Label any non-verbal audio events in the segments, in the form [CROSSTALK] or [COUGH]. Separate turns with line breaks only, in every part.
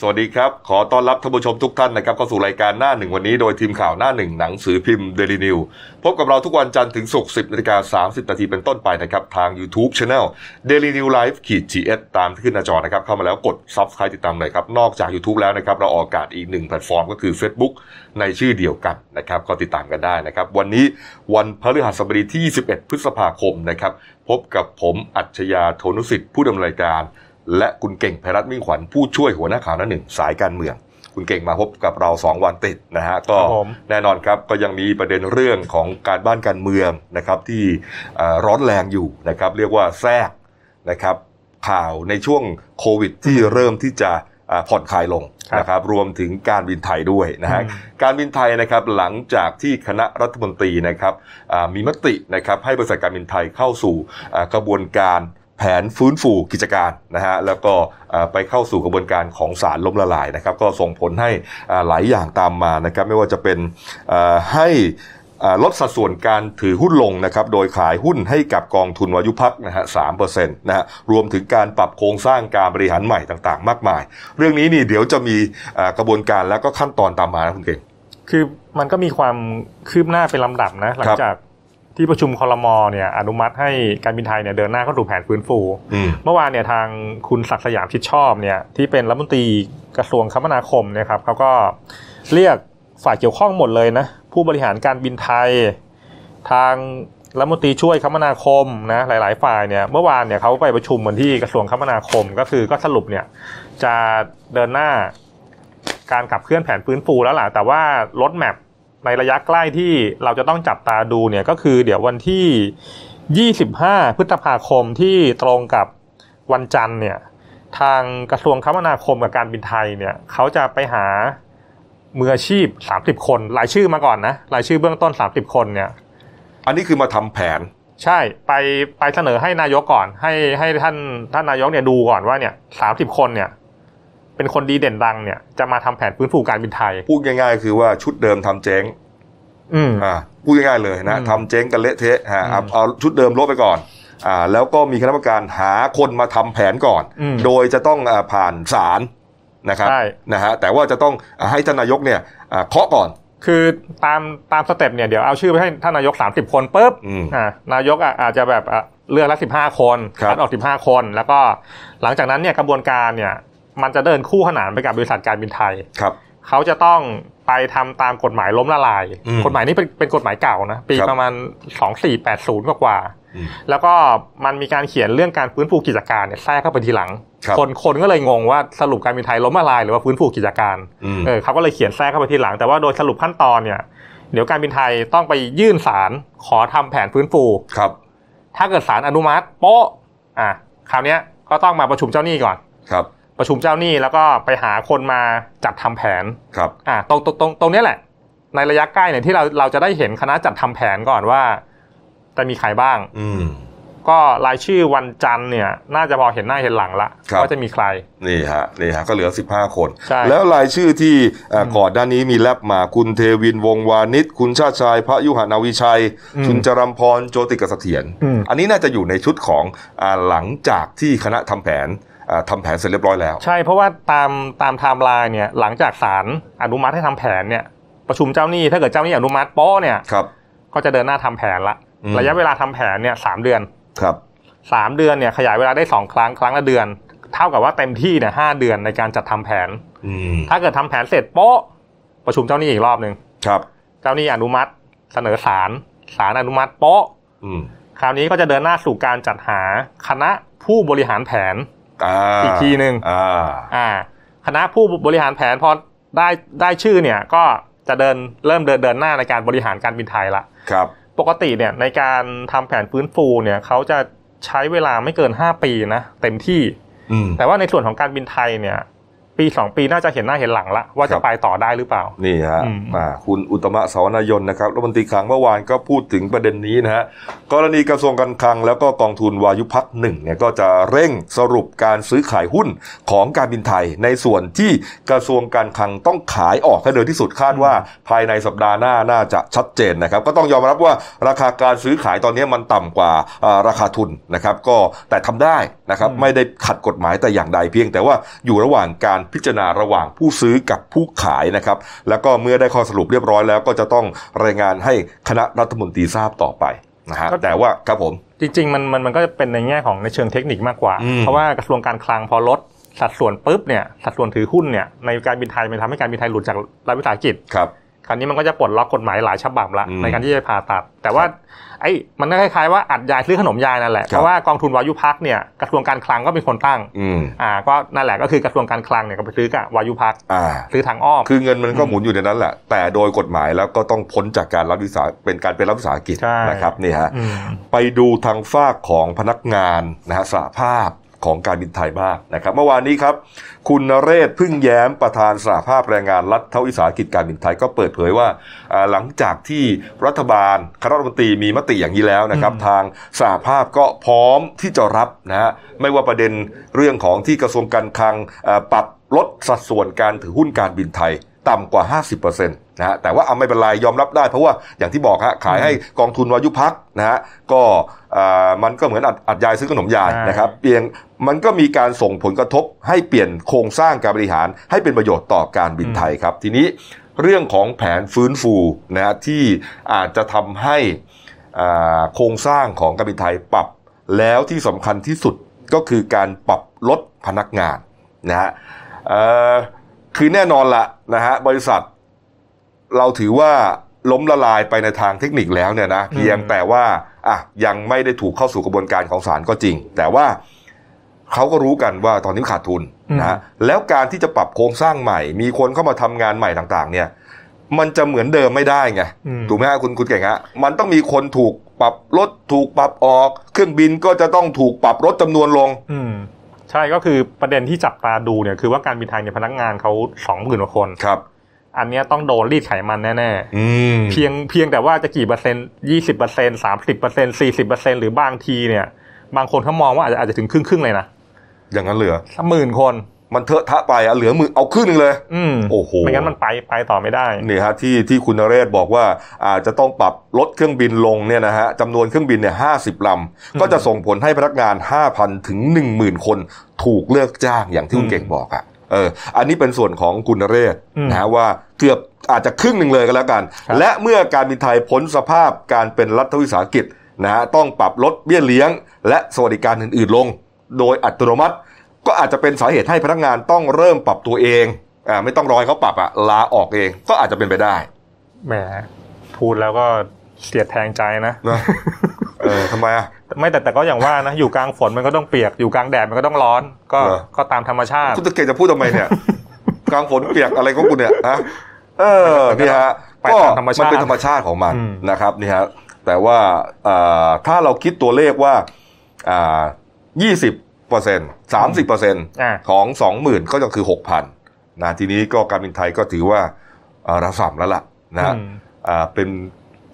สวัสดีครับ ขอต้อนรับท่านผู้ชมทุกท่านนะครับเข้าสู่รายการหน้าหนึ่งวันนี้โดยทีมข่าวหน้าหนึ่งหนังสือพิมพ์เดลินิวพบกับเราทุกวันจันทร์ถึงศุกร์10นาฬิกา30นาทีเป็นต้นไปนะครับทาง YouTube Channel Daily New Life ขีด GS ตามที่ขึ้นหน้าจอนะครับ เข้ามาแล้วกด Subscribe ติดตามหน่อยครับ นอกจาก YouTube แล้วนะครับ เราออกอากาศอีกหนึ่งแพลตฟอร์มก็คือ Facebook ในชื่อเดียวกันนะครับ ก็ติดตามกันได้นะครับ วันนี้วันพฤหัสบดีที่ 21 พฤษภาคมนะครับ พบกับผมอัจฉยาโทนุสิทธิ์ผู้ดำเนินรายการ และคุณเก่งไพรัตน์มิ่งขวัญผู้ช่วยหัวหน้าข่าวหน้าหนึ่งสายการเมือง คุณเก่งมาพบกับเรา 2 วันติดนะฮะก็
ครับผม
แน่นอนครับก็ยังมีประเด็นเรื่องของการบ้านการเมืองนะครับที่เอ่อร้อนแรงอยู่นะครับเรียกว่าแทรกนะครับข่าวในช่วงโควิดที่เริ่มที่จะอ่าผ่อนคลายลงนะครับรวมถึงการบินไทยด้วยนะฮะ การบินไทยนะครับหลังจากที่คณะรัฐมนตรีนะครับอ่ามีมตินะครับให้บริษัทการบินไทยเข้าสู่อ่ากระบวนการแผนฟื้นฟูกิจการนะฮะแล้วก็อ่าไปเข้าสู่กระบวนการของสารล้มละลายนะครับ ก็ส่งผลให้อ่าหลายอย่างตามมานะครับ ไม่ว่าจะเป็นอ่าให้อ่าลดสัดส่วนการถือหุ้นลงนะครับ โดยขายหุ้นให้กับกองทุนวายุพักนะฮะสามเปอร์เซ็นต์นะฮะรวมถึงการปรับโครงสร้างการบริหารใหม่ต่างๆ มากมาย เรื่องนี้นี่เดี๋ยวจะมีอ่ากระบวนการแล้วก็ขั้นตอนตามมานะคุณเก่ง
คือมันก็มีความคืบหน้าเป็นลำดับนะ ห
ค
ลัง
รับ
จากที่ประชุมคอรมอเนี่ยอนุมัติให้การบินไทยเนี่ยเดินหน้าเข้าสู่แผนฟื้นฟู
อืม
เมื่อวานเนี่ยทางคุณศักดิ์สยามชิดชอบเนี่ยที่เป็นรัฐมนตรีกระทรวงคมนาคมเนะครับเขาก็เรียกฝ่ายเกี่ยวข้องหมดเลยนะ ผู้บริหารการบินไทย ทางรัฐมนตรีช่วยคมนาคมนะหลาย ๆ ฝ่ายเนี่ยเมื่อวานเนี่ยเขาไปประชุมกันที่กระทรวงคมนาคมก็คือก็สรุปเนี่ยจะเดินหน้าการขับเคลื่อนแผนฟื้นฟูแล้วล่ะแต่ว่ารถแมพในระยะใกล้ที่เราจะต้องจับตาดูเนี่ยก็คือเดี๋ยววันที่ 25 พฤษภาคมที่ตรงกับ วันจันทร์เนี่ยทางกระทรวงคมนาคมกับการบินไทยเนี่ยเขาจะไปหามืออาชีพ 30 คนรายชื่อมาก่อนนะรายชื่อเบื้องต้น 30 คนเนี่ย
อันนี้คือมาทำแผน
ใช่ไปไปเสนอให้นายกก่อน ให้ให้ท่านท่านนายกเนี่ยดูก่อนว่าเนี่ยสาคนเนี่ยเป็นคนดีเด่นดังเนี่ยจะมาทำแผนฟื้นฟูการบินไทย
พูดง่ายๆ คือว่าชุดเดิมทำเจ๊ง
อืม
อ่าพูดง่ายๆเลยนะ
อืม
ทำเจ๊งกันเละเทะฮะเอา
อืม
เอาชุดเดิมลบไปก่อนอ่าแล้วก็มีคณะกรรมการหาคนมาทำแผนก่อน
อืม
โดยจะต้องอ่าผ่านศาลนะครับ
ใช่
นะฮะแต่ว่าจะต้องอ่าให้ท่านนายกเนี่ยอ่าเคาะก่อน
คือตามตามสเต็ปเนี่ยเดี๋ยวเอาชื่อไปให้ท่านนายก 30 คนปุ๊บ
อืม
อ่านายกอ่ะอาจจะแบบอ่ะเลือกละสิบห้าคน
ครับ
ดออกสิบห้าคน แล้วก็หลังจากนั้นเนี่ยกระบวนการเนี่ยมันจะเดินคู่ขนานไปกับบริษัทการบินไทย
ครับ
เขาจะต้องไปทำตามกฎหมายล้มละลาย
อืม
กฎหมายนี้เป็นเป็นกฎหมายเก่านะ ปี
ครับ
ประมาณ 2480 กว่ากว่าๆ
อืม
แล้วก็มันมีการเขียนเรื่องการฟื้นฟูกิจการเนี่ยแทรกเข้าไปทีหลัง
ครับ
นคนก็เลยงงว่าสรุปการบินไทยล้มละลายหรือว่าฟื้นฟูกิจการ
อืม
เออเขาก็เลยเขียนแทรกเข้าไปทีหลังแต่ว่าโดยสรุปขั้นตอนเนี่ยเดี๋ยวการบินไทยต้องไปยื่นศาลขอทำแผนฟื้นฟู
ครับ
ถ้าเกิดศาลอนุมัติโป๊ะอ่ะคราวเนี้ยก็ต้องมาประชุมเจ้าหนี้ก่อน
ครับ
ประชุมเจ้าหนี้แล้วก็ไปหาคนมาจัดทำแผน
ครับ
อ่ะตรงตรงตรงตรงเนี้ยแหละ ในระยะใกล้เนี่ยที่เราเราจะได้เห็นคณะจัดทำแผนก่อนว่าจะมีใครบ้าง
อืม
ก็รายชื่อวันจันทร์เนี่ย น่าจะพอเห็นหน้าเห็นหลังละ
ครับ
ว่าจะมีใคร
นี่ฮะนี่ฮะก็เหลือ 15 คน
ใช่
แล้วรายชื่อที่เอ่ออก่อนหน้านี้มีแลบมาคุณเทวินวงศ์วานิชคุณชาติชายพระยุหนาวิชัย
อืม
คุณจรัมพรโจติกเสถียร
อืม
อันนี้น่าจะอยู่ในชุดของอาหลังจากที่คณะทำแผนอ่าทำาแผนเสร็จเรียบร้อยแล้ว
ใช่เพราะว่าตามตามไทม์ไลน์เนี่ยหลังจากศาลอนุมัติให้ทำแผนเนี่ยประชุมเจ้าหนี้ถ้าเกิดเจ้าหนี้อนุมัติโป้เนี่ย
ครับ
ก็จะเดินหน้าทำแผนละ
อืม
ระยะเวลาทำแผนเนี่ยสามเดือน
ครับ
สามเดือนเนี่ยขยายเวลาได้สองครั้งครั้งละเดือน เท่ากับว่าเต็มที่เนี่ยห้าเดือนในการจัดทำแผน
อืม
ถ้าเกิดทำแผนเสร็จโป๊ะประชุมเจ้าหนี้อีกรอบหนึ่ง
ครับ
เจ้าหนี้อนุมัติเสนอศาลศาลอนุมัติโป๊ะ
อืม
คราวนี้ก็จะเดินหน้าสู่การจัดหาคณะผู้บริหารแผน
อ่า
อีกทีหนึ่ง
อ่า
อ่าคณะผู้บริหารแผนพอได้ได้ชื่อเนี่ยก็จะเดินเริ่มเดินเดินหน้าในการบริหารการบินไทยละ
ครับ
ปกติเนี่ยในการทำแผนฟื้นฟูเนี่ยเขาจะใช้เวลาไม่เกิน 5 ปีนะเต็มที่
อืม
แต่ว่าในส่วนของการบินไทยเนี่ยปี 2 ปีน่าจะเห็นหน้าเห็นหลังละว่า
ครั
จะ
บ
ไปต่อได้หรือเปล่า
นี่ฮะ
อืม
อ่าคุณอุตมะสวนายนนะครับรัฐมนตรีคลังเมื่อวานก็พูดถึงประเด็นนี้นะฮะกรณีกระทรวงการคลังแล้วก็กองทุนวายุพักหนึ่งเนี่ยก็จะเร่งสรุปการซื้อขายหุ้นของการบินไทย ในส่วนที่กระทรวงการคลังต้องขายออกให้เร็วที่สุดคาดว่า ภายในสัปดาห์หน้าน่าจะชัดเจนนะครับ ก็ต้องยอมรับว่าราคาการซื้อขายตอนนี้มันต่ำกว่าอ่าราคาทุนนะครับ ก็แต่ทำได้นะครับ
อืม
ไม่ได้ขัดกฎหมายแต่อย่างใดเพียง แต่ว่าอยู่ระหว่างการ พิจารณาระหว่างผู้ซื้อกับผู้ขายนะครับ แล้วก็เมื่อได้ข้อสรุปเรียบร้อยแล้วก็จะต้องรายงานให้คณะรัฐมนตรีทราบต่อไปนะฮะ
ก็
แต่ว่าครับผม
จริงๆมันมันมันก็จะเป็นในแง่ของในเชิงเทคนิคมากกว่า
อืม
เพราะว่ากระทรวงการคลังพอลดสัดส่วนปุ๊บเนี่ยสัดส่วนถือหุ้นเนี่ยในการบินไทยมันทำให้การบินไทยหลุดจากรัฐวิสาหกิจ
ครับ
คราวนี้มันก็จะปลดล็อกกฎหมายหลายฉบับละ
อืม
ในการที่จะผ่าตัด แต่ว่าไอ้มันก็คล้ายๆว่าอัดยายซื้อขนมยายนั่นแหละ
ครับ
เพราะว่ากองทุนวายุพักเนี่ยกระทรวงการคลังก็เป็นคนตั้ง
อืม
อ่าก็นั่นแหละก็คือกระทรวงการคลังเนี่ยก็ไปซื้อกับวายุพัก
อ่า
ซื้อทางอ้อม
คือเงินมันก็
อืม
หมุนอยู่ในนั้นแหละ แต่โดยกฎหมายแล้วก็ต้องพ้นจากการรับวิสาเป็นการเป็นรับวิสาหกิจ
ใช่
นะครับนี่ฮะ
ม
ไปดูทางฝากของพนักงานนะฮะสหภาพของการบินไทยบ้างนะครับเมื่อวานนี้ครับ คุณนเรศพึ่งแย้มประธานสหภาพแรงงานรัฐเท่าวิสาหกิจการบินไทยก็เปิดเผยว่าอ่าหลังจากที่รัฐบาลคณะรัฐมนตรีมีมติอย่างนี้แล้วนะครับ
อืม
ทางสหภาพก็พร้อมที่จะรับนะฮะไม่ว่าประเด็นเรื่องของที่กระทรวงการคลังอ่าปรับลดสัดส่วนการถือหุ้นการบินไทย ต่ำกว่า 50%นะฮะแต่ว่าเอาไม่เป็นไรยอมรับได้เพราะว่าอย่างที่บอกฮะขายให้กองทุนวายุพักนะฮะก็อ่ามันก็เหมือนอัดอัดยายซื้อขนมยาย
ใช่
นะครับเพียงมันก็มีการส่งผลกระทบให้เปลี่ยนโครงสร้างการบริหาร ให้เป็นประโยชน์ต่อการบินไทยครับ ทีนี้เรื่องของแผนฟื้นฟูนะฮะที่อาจจะทำให้อ่าโครงสร้างของการบินไทยปรับ แล้วที่สำคัญที่สุดก็คือการปรับลดพนักงานนะฮะเอ่อ คือแน่นอนละนะฮะบริษัท เราถือว่าล้มละลายไปในทางเทคนิคแล้วเนี่ยนะ
อืม
เพียงแต่ว่าอ่ะยังไม่ได้ถูกเข้าสู่กระบวนการของศาลก็จริง แต่ว่าเขาก็รู้กันว่าตอนนี้ขาดทุนนะฮะแล้วการที่จะปรับโครงสร้างใหม่ มีคนเข้ามาทำงานใหม่ต่าง ๆ เนี่ย มันจะเหมือนเดิมไม่ได้ไง
อืม
ถูกไหมฮะคุณคุณเก่งฮะมันต้องมีคนถูกปรับลดถูกปรับออก เครื่องบินก็จะต้องถูกปรับลดจำนวนลง
อืมใช่ก็คือประเด็นที่จับตาดูเนี่ยคือว่าการบินไทยเนี่ยพนักงานเขาสองหมื่นกว่าคน
ครับ
อันเนี้ยต้องโดนรีดไขมันแน่
อืม
ๆ เพียงเพียงแต่ว่าจะกี่เปอร์เซ็นต์ยี่สิบเปอร์เซ็นต์สามสิบเปอร์เซ็นต์สี่สิบเปอร์เซ็นต์หรือบางทีเนี่ย บางคนเขามองว่าอาจจะอาจจะถึงครึ่งครึ่งๆเลยนะ
อย่างนั้นเหลือ
สักหมื่นคน
มันเถอะทะไปอ่ะเหลือมือเอาครึ่งหนึ่งเลย
อืม
โอ้โห
ไม่งั้นมันไปไปต่อไม่ได้
นี่ฮะที่ที่คุณนเรศบอกว่าอาจจะต้องปรับลดเครื่องบินลงเนี่ยนะฮะจำนวนเครื่องบินเนี่ยห้าสิบลำ ก็จะส่งผลให้พนักงาน 5,000 ถึง 10,000 คนถูกเลิกจ้างอย่างที่คุณ
อืม
เก่งบอกอะ่ะเอออันนี้เป็นส่วนของคุณนเรศ
อืม
นะฮะว่าเกือบอาจจะครึ่งหนึ่งเลยก็แล้วกัน
ครับ
และเมื่อการบินไทยพ้นสภาพการเป็นรัฐวิสาหกิจนะฮะต้องปรับลดเบี้ยเลี้ยง และสวัสดิการอื่นๆลง โดยอัตโนมัติ ก็อาจจะเป็นสาเหตุให้พนักงานต้องเริ่มปรับตัวเองอ่าไม่ต้องรอให้เขาปรับอะลาออกเองก็อาจจะเป็นไปได้
แหมพูดแล้วก็เสียดแทงใจนะ
นะ เออทำไมอะ
ไม่แต่แต่ก็อย่างว่านะอยู่กลางฝนมันก็ต้องเปียกอยู่กลางแดดมันก็ต้องร้อน ก็
เหรอ
ก็ตามธรรมชาติ
คุณตะเกียจจะพูดทำไม
[LAUGHS]
เนี่ย กลางฝนเปียกอะไรของคุณเนี่ยฮะเออนี่ฮะ
ไป
ก็
ตามธรรมชาติ
มันเป็นธรรมชาติของมัน
อืม
นะครับนี่ฮะแต่ว่าอ่าถ้าเราคิดตัวเลขว่าอ่ายี่สิบเปอร์เซ็นต์สามสิบเปอร์เซ็นต์
อ่ะ
ของสองหมื่นก็จะคือหกพันนะทีนี้ก็การบินไทยก็ถือว่าเอ่อรับสัมแล้วล่ะนะ
อืม
อ่าเป็น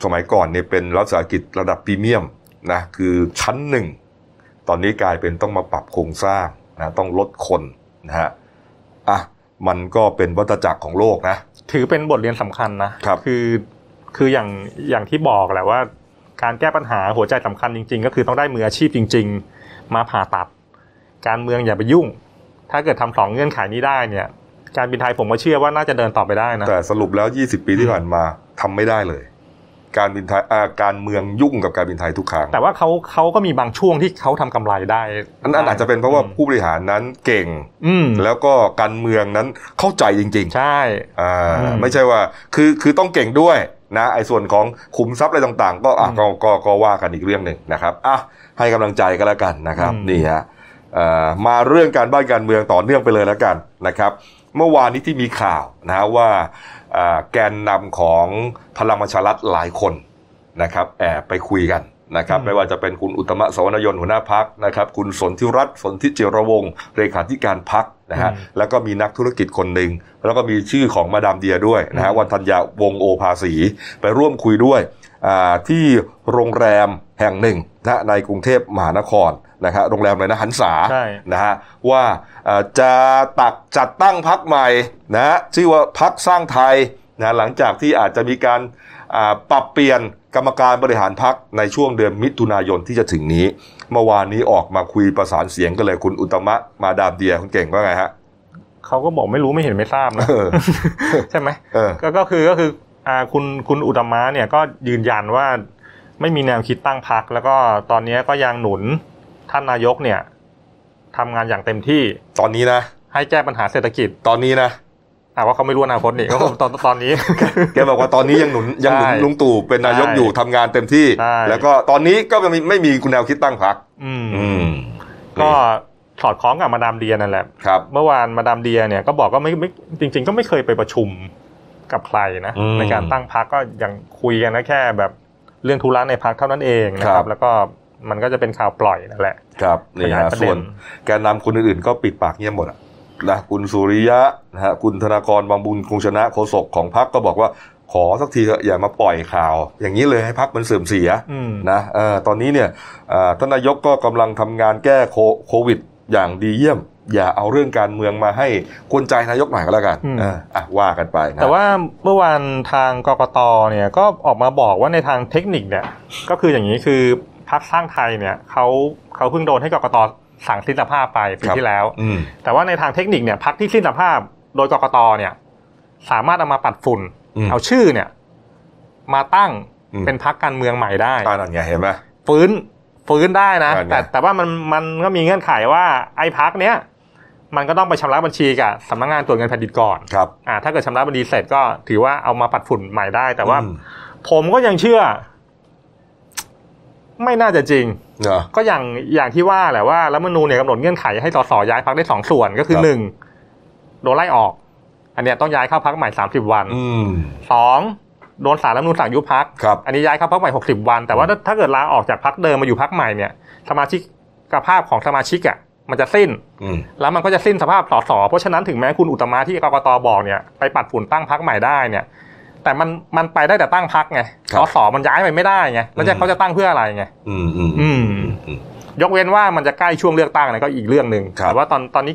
สมัยก่อนเนี่ยเป็นรัฐวิสาหกิจระดับพรีเมียมนะคือชั้นหนึ่ง ตอนนี้กลายเป็นต้องมาปรับโครงสร้างนะต้องลดคนนะฮะอ่ะมันก็เป็นวัฏจักรของโลกนะ
ถือเป็นบทเรียนสำคัญนะครับ อคืออย่างอย่างที่บอกแหละว่า การแก้ปัญหาหัวใจสำคัญจริง ๆ ก็คือต้องได้มืออาชีพจริง ๆ มาผ่าตัด การเมืองอย่าไปยุ่ง ถ้าเกิดทำสองเงื่อนไขนี้ได้เนี่ย การบินไทยผมก็เชื่อว่าน่าจะเดินต่อไปได้นะ
แต่สรุปแล้ว 20 ปีที่ผ่านมาทำไม่ได้เลย การบินไทยอ่าการเมืองยุ่งกับการบินไทยทุกครั้ง
แต่ว่าเขาเขาก็มีบางช่วงที่เขาทำกำไรได้
อันนั้นอาจจะเป็นเพราะว่าผู้บริหารนั้นเก่ง
อืม
แล้วก็การเมืองนั้นเข้าใจจริง ๆ
ใช่
อ่า
อืม
ไม่ใช่ว่าคือคือต้องเก่งด้วยนะไอ้ส่วนของขุมทรัพย์อะไรต่างๆ ก็อ่ะ
อืม
ก็ก็ก็ว่ากันอีกเรื่องหนึ่งนะครับอ่ะให้กำลังใจก็แล้วกันนะครับ
อืม
นี่ฮะเอ่อมาเรื่องการบ้านการเมืองต่อเนื่องไปเลยแล้วกันนะครับเมื่อวานนี้ที่มีข่าวนะฮะว่าอ่าแกนนำของพลังประชารัฐหลายคนนะครับแอบไปคุยกันนะครับ
อืม
ไม่ว่าจะเป็นคุณอุตตมะสวนยนต์หัวหน้าพักนะครับคุณสนธิรัตน์สนธิเจรวงศ์เลขาธิการพัก นะฮะ
อืม
แล้วก็มีนักธุรกิจคนหนึ่งแล้วก็มีชื่อของมาดามเดียด้วยนะฮะ
อืม
วันธัญญาวงศ์โอภาสี ไปร่วมคุยด้วยอ่าที่โรงแรมแห่งหนึ่งนะฮะในกรุงเทพมหานครนะฮะโรงแรมเลยนะหันษา
ใช่
นะฮะว่าอ่าจะตักจัดตั้งพักใหม่นะฮะชื่อว่าพักสร้างไทยนะหลังจากที่อาจจะมีการอ่าปรับเปลี่ยนกรรมการบริหารพักในช่วงเดือนมิถุนายนที่จะถึงนี้ เมื่อวานนี้ออกมาคุยประสานเสียงกันเลยคุณอุตตมะมาดามเดียคุณเก่งว่าไงฮะ
เขาก็บอกไม่รู้ไม่เห็นไม่ทราบนะ
เออ
ใช่ไหม
เออ
ก็ก็คือก็คืออ่าคุณคุณอุตมะเนี่ยก็ยืนยันว่าไม่มีแนวคิดตั้งพัก แล้วก็ตอนนี้ก็ยังหนุนท่านนายกเนี่ยทำงานอย่างเต็มที่
ตอนนี้นะ
ให้แก้ปัญหาเศรษฐกิจ
ตอนนี้นะ
อ่าว่าเขาไม่รู้อนาคตนี่ก็คงตอนตอนนี้ [LAUGHS]
แกบอกว่าตอนนี้ยังหนุนยังหนุน
ใช่
ลุงตู่เป็นนายก
ใช่
อยู่ทำงานเต็มที่
ใช่
แล้วก็ตอนนี้ก็ไม่มีไม่มีแนวคิดตั้งพรรค
อืม
อืม
ก็สอดคล้องกับมาดามเดียนั่นแหละ
ครับ
เมื่อวานมาดามเดียเนี่ยก็บอกก็ไม่ไม่จริง ๆ ก็ไม่เคยไปประชุมกับใครนะ
อืม
ในการตั้งพักก็ยังคุยกันนะแค่แบบเรื่องธุระในพักเท่านั้นเองนะค
ครั
รับ
บ
แล้วก็มันก็จะเป็นข่าวปล่อยนั่นแหละ
ครับ
ข
นี่
ยาย
ฮะ
ประเด็น
ส่วนแกนนำคนอื่นๆก็ปิดปากเงียบหมดอะนะคุณสุริยะนะฮะคุณธนากรบางบุญคงชนะโฆษกของพรรคก็บอกว่าขอสักทีเถอะอย่ามาปล่อยข่าว อย่างนี้เลยให้พรรคมันเสื่อมเสีย
อืม
นะเออตอนนี้เนี่ยเอ่อท่านนายกก็กำลังทำงานแก้โคโควิด อย่างดีเยี่ยม อย่าเอาเรื่องการเมืองมาให้กวนใจนายกหน่อยก็แล้วกัน
อืม
เอออ่ะว่ากันไปนะ
แต่ว่าเมื่อวานทางกกตเนี่ยก็ออกมาบอกว่าในทางเทคนิคเนี่ยก็คืออย่างนี้คือพักสร้างไทยเนี่ยเขาเขาเพิ่งโดนให้กกตสั่งสิ้นสภาพไปปีที่แล้ว
อืม
แต่ว่าในทางเทคนิคเนี่ยพักที่สิ้นสภาพโดยกกตเนี่ยสามารถเอามาปัดฝุ่น
อืม
เอาชื่อเนี่ย มาตั้ง
อืม
เป็นพักการเมืองใหม่ได้
อ่านั่นไงเห็นไหม
ฟื้นฟื้นได้นะ
อ่า
แต่
นะ
แต่ว่ามันมันก็มีเงื่อนไขว่าไอ้พักเนี้ยมันก็ต้องไปชำระบัญชีกับสำนักงานตรวจเงินแผ่นดินก่อน
ครับ
อ่าถ้าเกิดชำระบัญชีเสร็จก็ถือว่าเอามาปัดฝุ่นใหม่ได้ แต่ว่า
อืม
ผมก็ยังเชื่อ ไม่น่าจะจริง
เนอะ
ก็อย่างอย่างที่ว่าแหละว่ารัฐธรรมนูญเนี่ยกำหนดเงื่อนไขให้สสย้ายพักได้สองส่วนก็คือ
ครับ
หนึ่งโดนไล่ออก อันเนี้ยต้องย้ายเข้าพักใหม่สามสิบวัน
อืม
สองโดนสารรัฐธรรมนูญสั่งยุบพัก
ครับ
อันนี้ย้ายเข้าพักใหม่ 60 วัน แต่ว่าถ้าถ้าเกิดลาออกจากพักเดิมมาอยู่พักใหม่เนี่ย สมาชิกกภาพของสมาชิกอ่ะมันจะสิ้น
อืม
แล้วมันก็จะสิ้นสภาพสสเพราะฉะนั้นถึงแม้คุณอุตตมะที่กกตบอกเนี่ยไปปัดฝุ่นตั้งพักใหม่ได้เนี่ย แต่มันมันไปได้แต่ตั้งพักไงสสมันย้ายไปไม่ได้ไงแล้วจะเขาจะตั้งเพื่ออะไรไง
อืมอืม
อืม
อืม
ยกเว้นว่ามันจะใกล้ช่วงเลือกตั้งนะก็อีกเรื่องหนึ่ง
ครับ
แต่ว่าตอนตอนนี้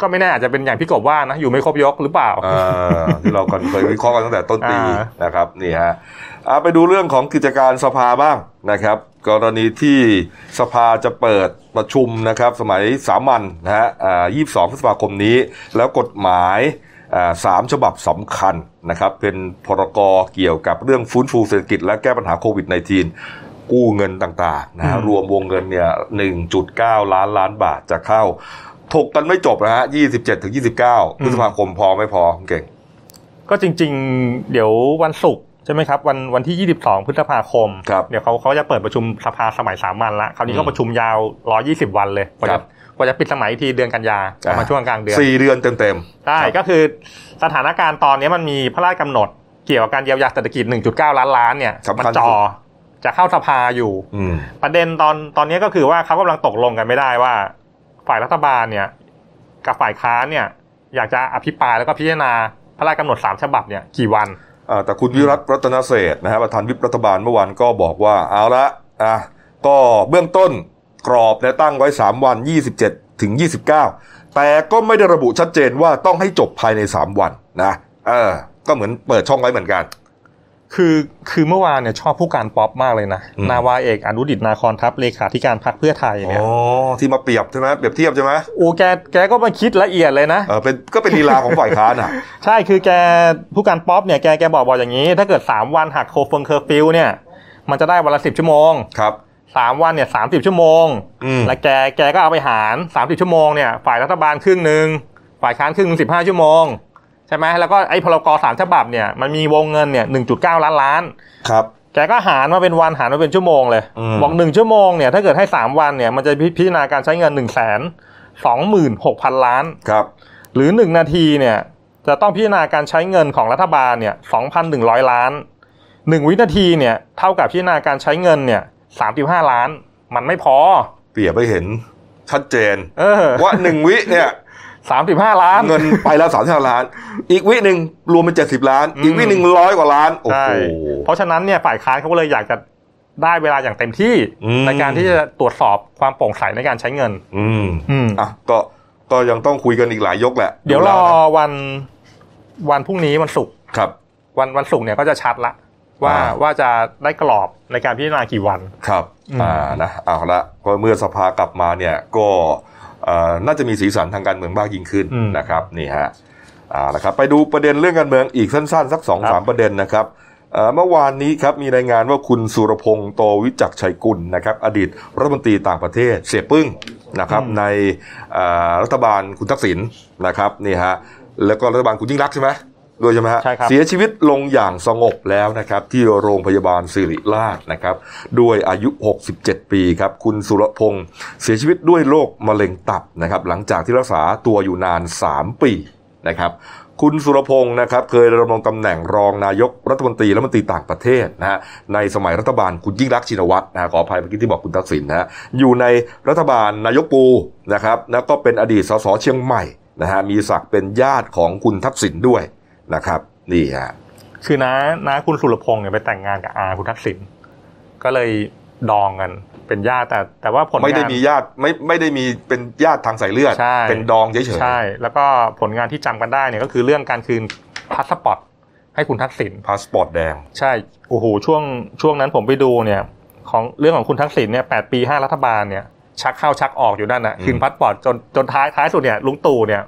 ก็ไม่แน่อาจจะเป็นอย่างพี่กบว่านะอยู่ไม่ครบยกหรือเปล่า
อ่าที่เรากันเคยวิเคราะห์กันตั้งแต่ต้นปี
อ่า
นะครับนี่ฮะอ่าไปดูเรื่องของกิจการสภาบ้างนะครับ กรณีที่สภาจะเปิดประชุมนะครับ สมัยสามัญนะฮะอ่า22พฤษภาคมนี้ แล้วกฎหมายอ่าสามฉบับสำคัญนะครับ เป็นพรกรเกี่ยวกับเรื่องฟื้นฟูเศรษฐกิจและแก้ปัญหาโควิด -19 กู้เงินต่างๆนะฮะ
อืม
รวมวงเงินเนี่ย1.9 ล้านล้านบาทจะเข้า ถกกันไม่จบนะฮะ 27ถึง29 พฤษภาคมพอไม่พอคุณเก่ง
ก็จริงๆ เดี๋ยววันศุกร์ใช่ไหมครับวันวันที่ 22 พฤษภาคม
ครับ
เดี๋ยวเขาเขาจะเปิดประชุมสภาสมัยสามัญละคราวนี้
อื
ก็
ม
ประชุมยาว 120 วันเลยกว่า
ครั
จะ
บ
กว่าจะปิดสมัยอีกทีเดือนกันยา
อ่า
มาช่วงกลางเดือน
สี่เดือนเต็ม
ได้
ครับ
ก็คือสถานการณ์ตอนนี้มันมีพระราชกำหนดเกี่ยวกับการเยียวยาเศรษฐกิจ 1.9 ล้านล้านเนี่ย
สำคัญ
มั
ที่สุด
จ่อจะเข้าสภาอยู่
ๆอืม
ประเด็นตอนตอนนี้ก็คือว่าเขากำลังตกลงกันไม่ได้ว่า ฝ่ายรัฐบาลเนี่ย กับฝ่ายค้านเนี่ย อยากจะอภิปรายแล้วก็พิจารณาพระราชกำหนดสามฉบับเนี่ยกี่วัน
อ่าแต่คุณวิรัตรัตนเศรษฐ์นะฮะประธานวิปรัฐบาลเมื่อวานก็บอกว่า เอาละอ่ะก็เบื้องต้นกรอบเนี่ยตั้งไว้ 3 วัน 27 ถึง 29 แต่ก็ไม่ได้ระบุชัดเจนว่าต้องให้จบภายใน 3 วันนะเออก็เหมือนเปิดช่องไว้เหมือนกัน
คือคือเมื่อวานเนี่ยชอบผู้การป๊อปมากเลยนะ
อืม
นาวาเอกอนุดิตนาคอนทัพเลขาธิการพรรคเพื่อไทย
อ๋
เนี่ย
อ ที่มาเปรียบใช่ไหมเปรียบเทียบใช่ไหม
โอ้แกแกก็มาคิดละเอียดเลยนะ
เออเป็นก็เป็นลีลาของฝ่ายค้านอ่ะ
ใช่คือแกผู้การป๊อปเนี่ยแกแกบอกบอกอย่างนี้ ถ้าเกิด 3 วันหักโคเฟิงเคอร์ฟิวเนี่ย มันจะได้วันละสิบชั่วโมง
ครับ
3 วันเนี่ยสาชั่วโมง
อืม
และแกแกก็เอาไปหาร 30 ชั่วโมงเนี่ยฝ่ายรัฐบาลครึ่งหนึ่งฝ่ายค้านครึ่งหนึ่ง15 ชั่วโมง ใช่ไหมแล้วก็ไอ้พรกสามฉบับเนี่ยมันมีวงเงินเนี่ย1.9 ล้านล้าน
ครับ
แกก็หารมาเป็นวันหารมาเป็นชั่วโมงเลย
อืม
บอกหนึ่งชั่วโมงเนี่ยถ้าเกิดให้สามวันเนี่ยมันจะพิจารณาการใช้เงินหนึ่งแสนสองหมื่นหกพันล้าน
ครับ
หรือหนึ่งนาทีเนี่ยจะต้องพิจารณาการใช้เงินของรัฐบาลเนี่ยสองพันหนึ่งร้อยล้านหนึ่งวินาทีเนี่ยเท่ากับพิจารณาการใช้เงินเนี่ยสามห้าล้าน มันไม่พอ
เปรียบให้เห็นชัดเจน
เออ
ว่าหนึ่งวิเนี่ย
สามสิบห้าล้าน
เงินไปแล้วสามสิบล้าน อีกวิหนึ่งรวมเป็นเจ็ดสิบล้าน
อืม
อีกวิหนึ่งร้อยกว่าล้าน โอ้
ใช่
โห
เพราะฉะนั้นเนี่ยฝ่ายค้านเขาก็เลยอยากจะได้เวลาอย่างเต็มที่
อืม
ในการที่จะตรวจสอบความโปร่งใสในการใช้เงิน
อืม
อืม
อ่ะก็ก็ยังต้องคุยกันอีกหลายยกแหละ
เดี๋ยวรอ
นะ
วันวันพรุ่งนี้วันศุกร์
ครับ
วันวันศุกร์เนี่ยก็จะชัดละ ว่า
อ่า
ว่าจะได้กรอบในการพิจารณากี่วัน
ครับ
อืม
อ่านะเอาละก็เมื่อสภากลับมาเนี่ยก็ เอ่อน่าจะมีสีสันทางการเมืองมากยิ่งขึ้น
อืม
นะครับนี่ฮะอ่านะครับไปดูประเด็นเรื่องการเมืองอีกสั้นๆ สักสอง
ครั
สาม
บ
ประเด็นนะครับเอ่อเมื่อวานนี้ครับมีรายงานว่าคุณสุรพงษ์โตวิจักรชัยกุลนะครับอดีตรัฐมนตรีต่างประเทศเสียปึ้งนะครับในเอ่อรัฐบาลคุณทักษิณนะครับนี่ฮะแล้วก็รัฐบาลคุณยิ่งรักษณ์ใช่ไหมด้วยใช่ไหมฮะ
ใช่ครับ
เสียชีวิตลงอย่างสงบแล้วนะครับ ที่โรงพยาบาลสิริราชนะครับ ด้วยอายุ 67 ปีครับ คุณสุรพงศ์เสียชีวิตด้วยโรคมะเร็งตับนะครับ หลังจากที่รักษาตัวอยู่นาน 3 ปีนะครับ คุณสุรพงศ์นะครับ เคยดำรงตำแหน่งรองนายกรัฐมนตรีและรัฐมนตรีต่างประเทศนะฮะในสมัยรัฐบาลคุณยิ่งรักษณ์ชินวัตรนะฮะขออภัยเมื่อกี้ที่บอกคุณทักษิณนะฮะอยู่ในรัฐบาลนายกปูนะครับแล้วก็เป็นอดีตสสเชียงใหม่นะฮะมีศักดิ์เป็นญาติของคุณทักษิณด้วย นะครับนี่ฮะ
คือน้าน้าคุณสุรพงษ์เนี่ยไปแต่งงานกับอาคุณทักษิณก็เลยดองกันเป็นญาติแต่แต่ว่าผลงาน
ไม่ได้มีญาติไม่ไม่ได้มีเป็นญาติทางสายเลือด
ใช่
เป็นดองเฉย
ใช่ แล้วก็ผลงานที่จำกันได้เนี่ยก็คือเรื่องการคืนพาสปอร์ตให้คุณทักษิณ
ๆพาสปอร์ตแดง
ใช่ โอ้โห ช่วง ช่วงนั้นผมไปดูเนี่ย ของเรื่องของคุณทักษิณเนี่ยแปดปีห้ารัฐบาลเนี่ย ชักเข้าชักออกอยู่นั่นนะ
อืม
คืนพาสปอร์ตจน จนท้าย ท้ายสุดเนี่ย ลุงตู่เนี่ย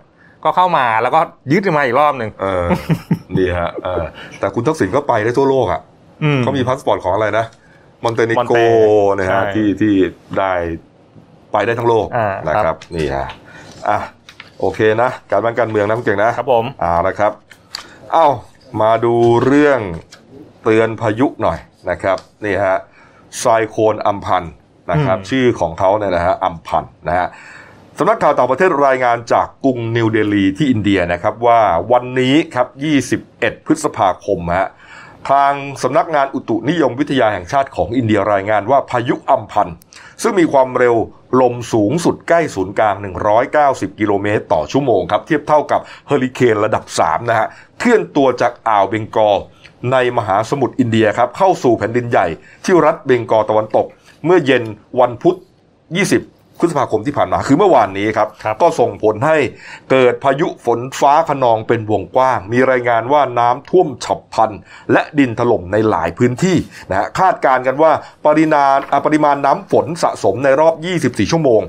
ก็เข้ามาแล้วก็ยึดมาอีกรอบหนึ่ง
เอ
[LAUGHS]
อ นี่ฮะเออแต่คุณทักษิณก็ไปได้ทั่วโลกอ่ะ
อืม
เขามีพาสปอร์ตของอะไรนะ มอนเตเน
มอน
โก
เต
นะ
ใช่
ฮะที่ที่ได้ไปได้ทั้งโลก
อ่า
นะค
ครั
รับ
บ
นี่ฮะอ่ะโอเคนะ การบ้านการเมืองนะคุณเก่งนะ
ครับผม
เอาละครับ เอ้า มาดูเรื่องเตือนพายุหน่อยนะครับ นี่ฮะไซโคลนอัมพันธ์นะครับ
อืม
ชื่อของเขาเนี่ยนะฮะอัมพันธ์นะฮะสำนักข่าวต่างประเทศรายงานจากกรุงนิวเดลีที่อินเดียนะครับว่าวันนี้ครับ 21 พฤษภาคมฮะทางสำนักงานอุตุนิยมวิทยาแห่งชาติของอินเดียรายงานว่าพายุอัมพันธ์ ซึ่งมีความเร็วลมสูงสุดใกล้ศูนย์กลาง 190 กิโลเมตรต่อชั่วโมงครับ เทียบเท่ากับเฮอริเคนระดับ 3 นะฮะ เคลื่อนตัวจากอ่าวเบงกอลในมหาสมุทรอินเดียครับ เข้าสู่แผ่นดินใหญ่ที่รัฐเบงกอลตะวันตก เมื่อเย็นวันพุธ 20 พฤษภาคมที่ผ่านมา คือเมื่อวานนี้ครับ
ครับ
ก็ส่งผลให้เกิดพายุฝนฟ้าขนองเป็นวงกว้าง มีรายงานว่าน้ำท่วมฉับพลัน และดินถล่มในหลายพื้นที่นะฮะคาดการณ์กันว่าปริมาณอ่าปริมาณน้ำฝนสะสมในรอบ 24 ชั่วโมง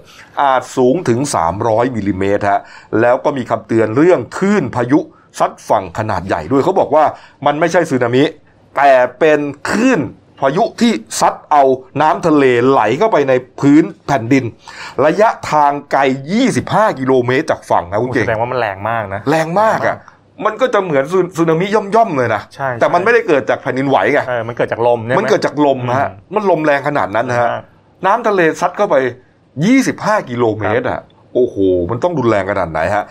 อาจสูงถึง 300มิลลิเมตรฮะแล้วก็มีคำเตือนเรื่องคลื่นพายุซัดฝั่งขนาดใหญ่ด้วยเขาบอกว่ามันไม่ใช่สึนามิ แต่เป็นคลื่นพายุที่ซัดเอาน้ำทะเลไหลเข้าไปในพื้นแผ่นดิน ระยะทางไกล 25 กิโลเมตรจากฝั่งนะคุณ
โอ้
เก่
แส
ง
ดงว่ามันแรงมากนะ
แรงมากอ่ะ มันก็จะเหมือนซึสึนามิย่อมๆเลยนะ
ใช่
แต่มันไม่ได้เกิดจากแผ่นดินไหวไง
เออ มันเกิดจากลมเนี่ย
มันเกิดจากลมฮะ มันลมแรงขนาดนั้นนะฮะ
มาก
น้ำทะเลซัดเข้าไป 25 กิโลเมตรอ่ะ โอ้โห มันต้องรุนแรงขนาดไหนฮะ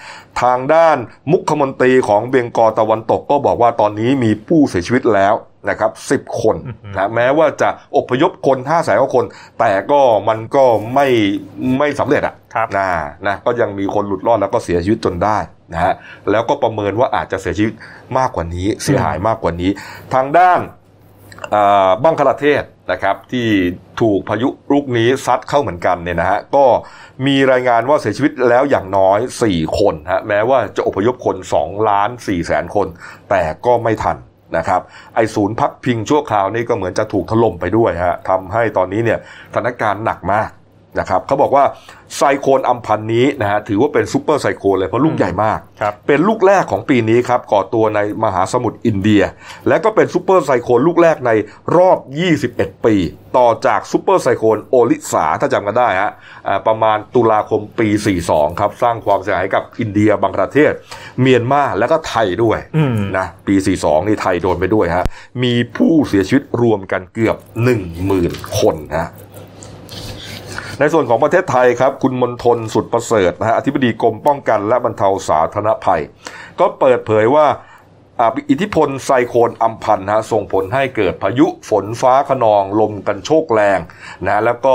ทางด้านมุขมนตรีของเบงกอลตะวันตกก็บอกว่าตอนนี้มีผู้เสียชีวิตแล้วนะครับ 10 คน
อื้อหือ
นะแม้ว่าจะอพยพคน5แสนกว่าคน แต่ก็มันก็ไม่ไม่สำเร็จอ่ะ
ครับ
นะนะก็ยังมีคนหลุดรอดแล้วก็เสียชีวิตจนได้นะฮะแล้วก็ประเมินว่าอาจจะเสียชีวิตมากกว่านี้ เสียหายมากกว่านี้ ทางด้านเอ่อบังคลาเทศนะครับที่ถูกพายุลูกนี้ซัดเข้าเหมือนกันเนี่ยนะฮะก็มีรายงานว่าเสียชีวิตแล้วอย่างน้อย 4 คนฮะแม้ว่าจะอพยพคน2ล้าน4แสนคน แต่ก็ไม่ทันนะครับไอศูนย์พักพิงชั่วคราวนี่ก็เหมือนจะถูกถล่มไปด้วยฮะทำให้ตอนนี้เนี่ยสถานการณ์หนักมาก นะครับเขาบอกว่าไซโคลนอัมพันธ์นี้นะฮะถือว่าเป็นซูเปอร์ไซโคลนเลยเพราะลูก
อืม
ใหญ่มาก
ครับ
เป็นลูกแรกของปีนี้ครับก่อตัวในมหาสมุทรอินเดีย และก็เป็นซูเปอร์ไซโคลนลูกแรกในรอบ 21 ปี ต่อจากซูเปอร์ไซโคลนโอลิสาถ้าจำกันได้ฮะอ่าประมาณตุลาคมปี 42 ครับ สร้างความเสียหายให้กับอินเดียบังกลาเทศ เมียนมาและก็ไทยด้วย
อืม
นะปี 42 นี่ไทยโดนไปด้วยฮะ มีผู้เสียชีวิตรวมกันเกือบ 10,000 คนฮะ ในส่วนของประเทศไทยครับ คุณมนทนสุดประเสริฐนะฮะอธิบดีกรมป้องกันและบรรเทาสาธารณภัย ก็เปิดเผยว่าอ่าอิทธิพลไซโคลนอัมพันธ์นะฮะส่งผลให้เกิดพายุฝนฟ้าขนองลมกันโชกแรงนะฮะแล้วก็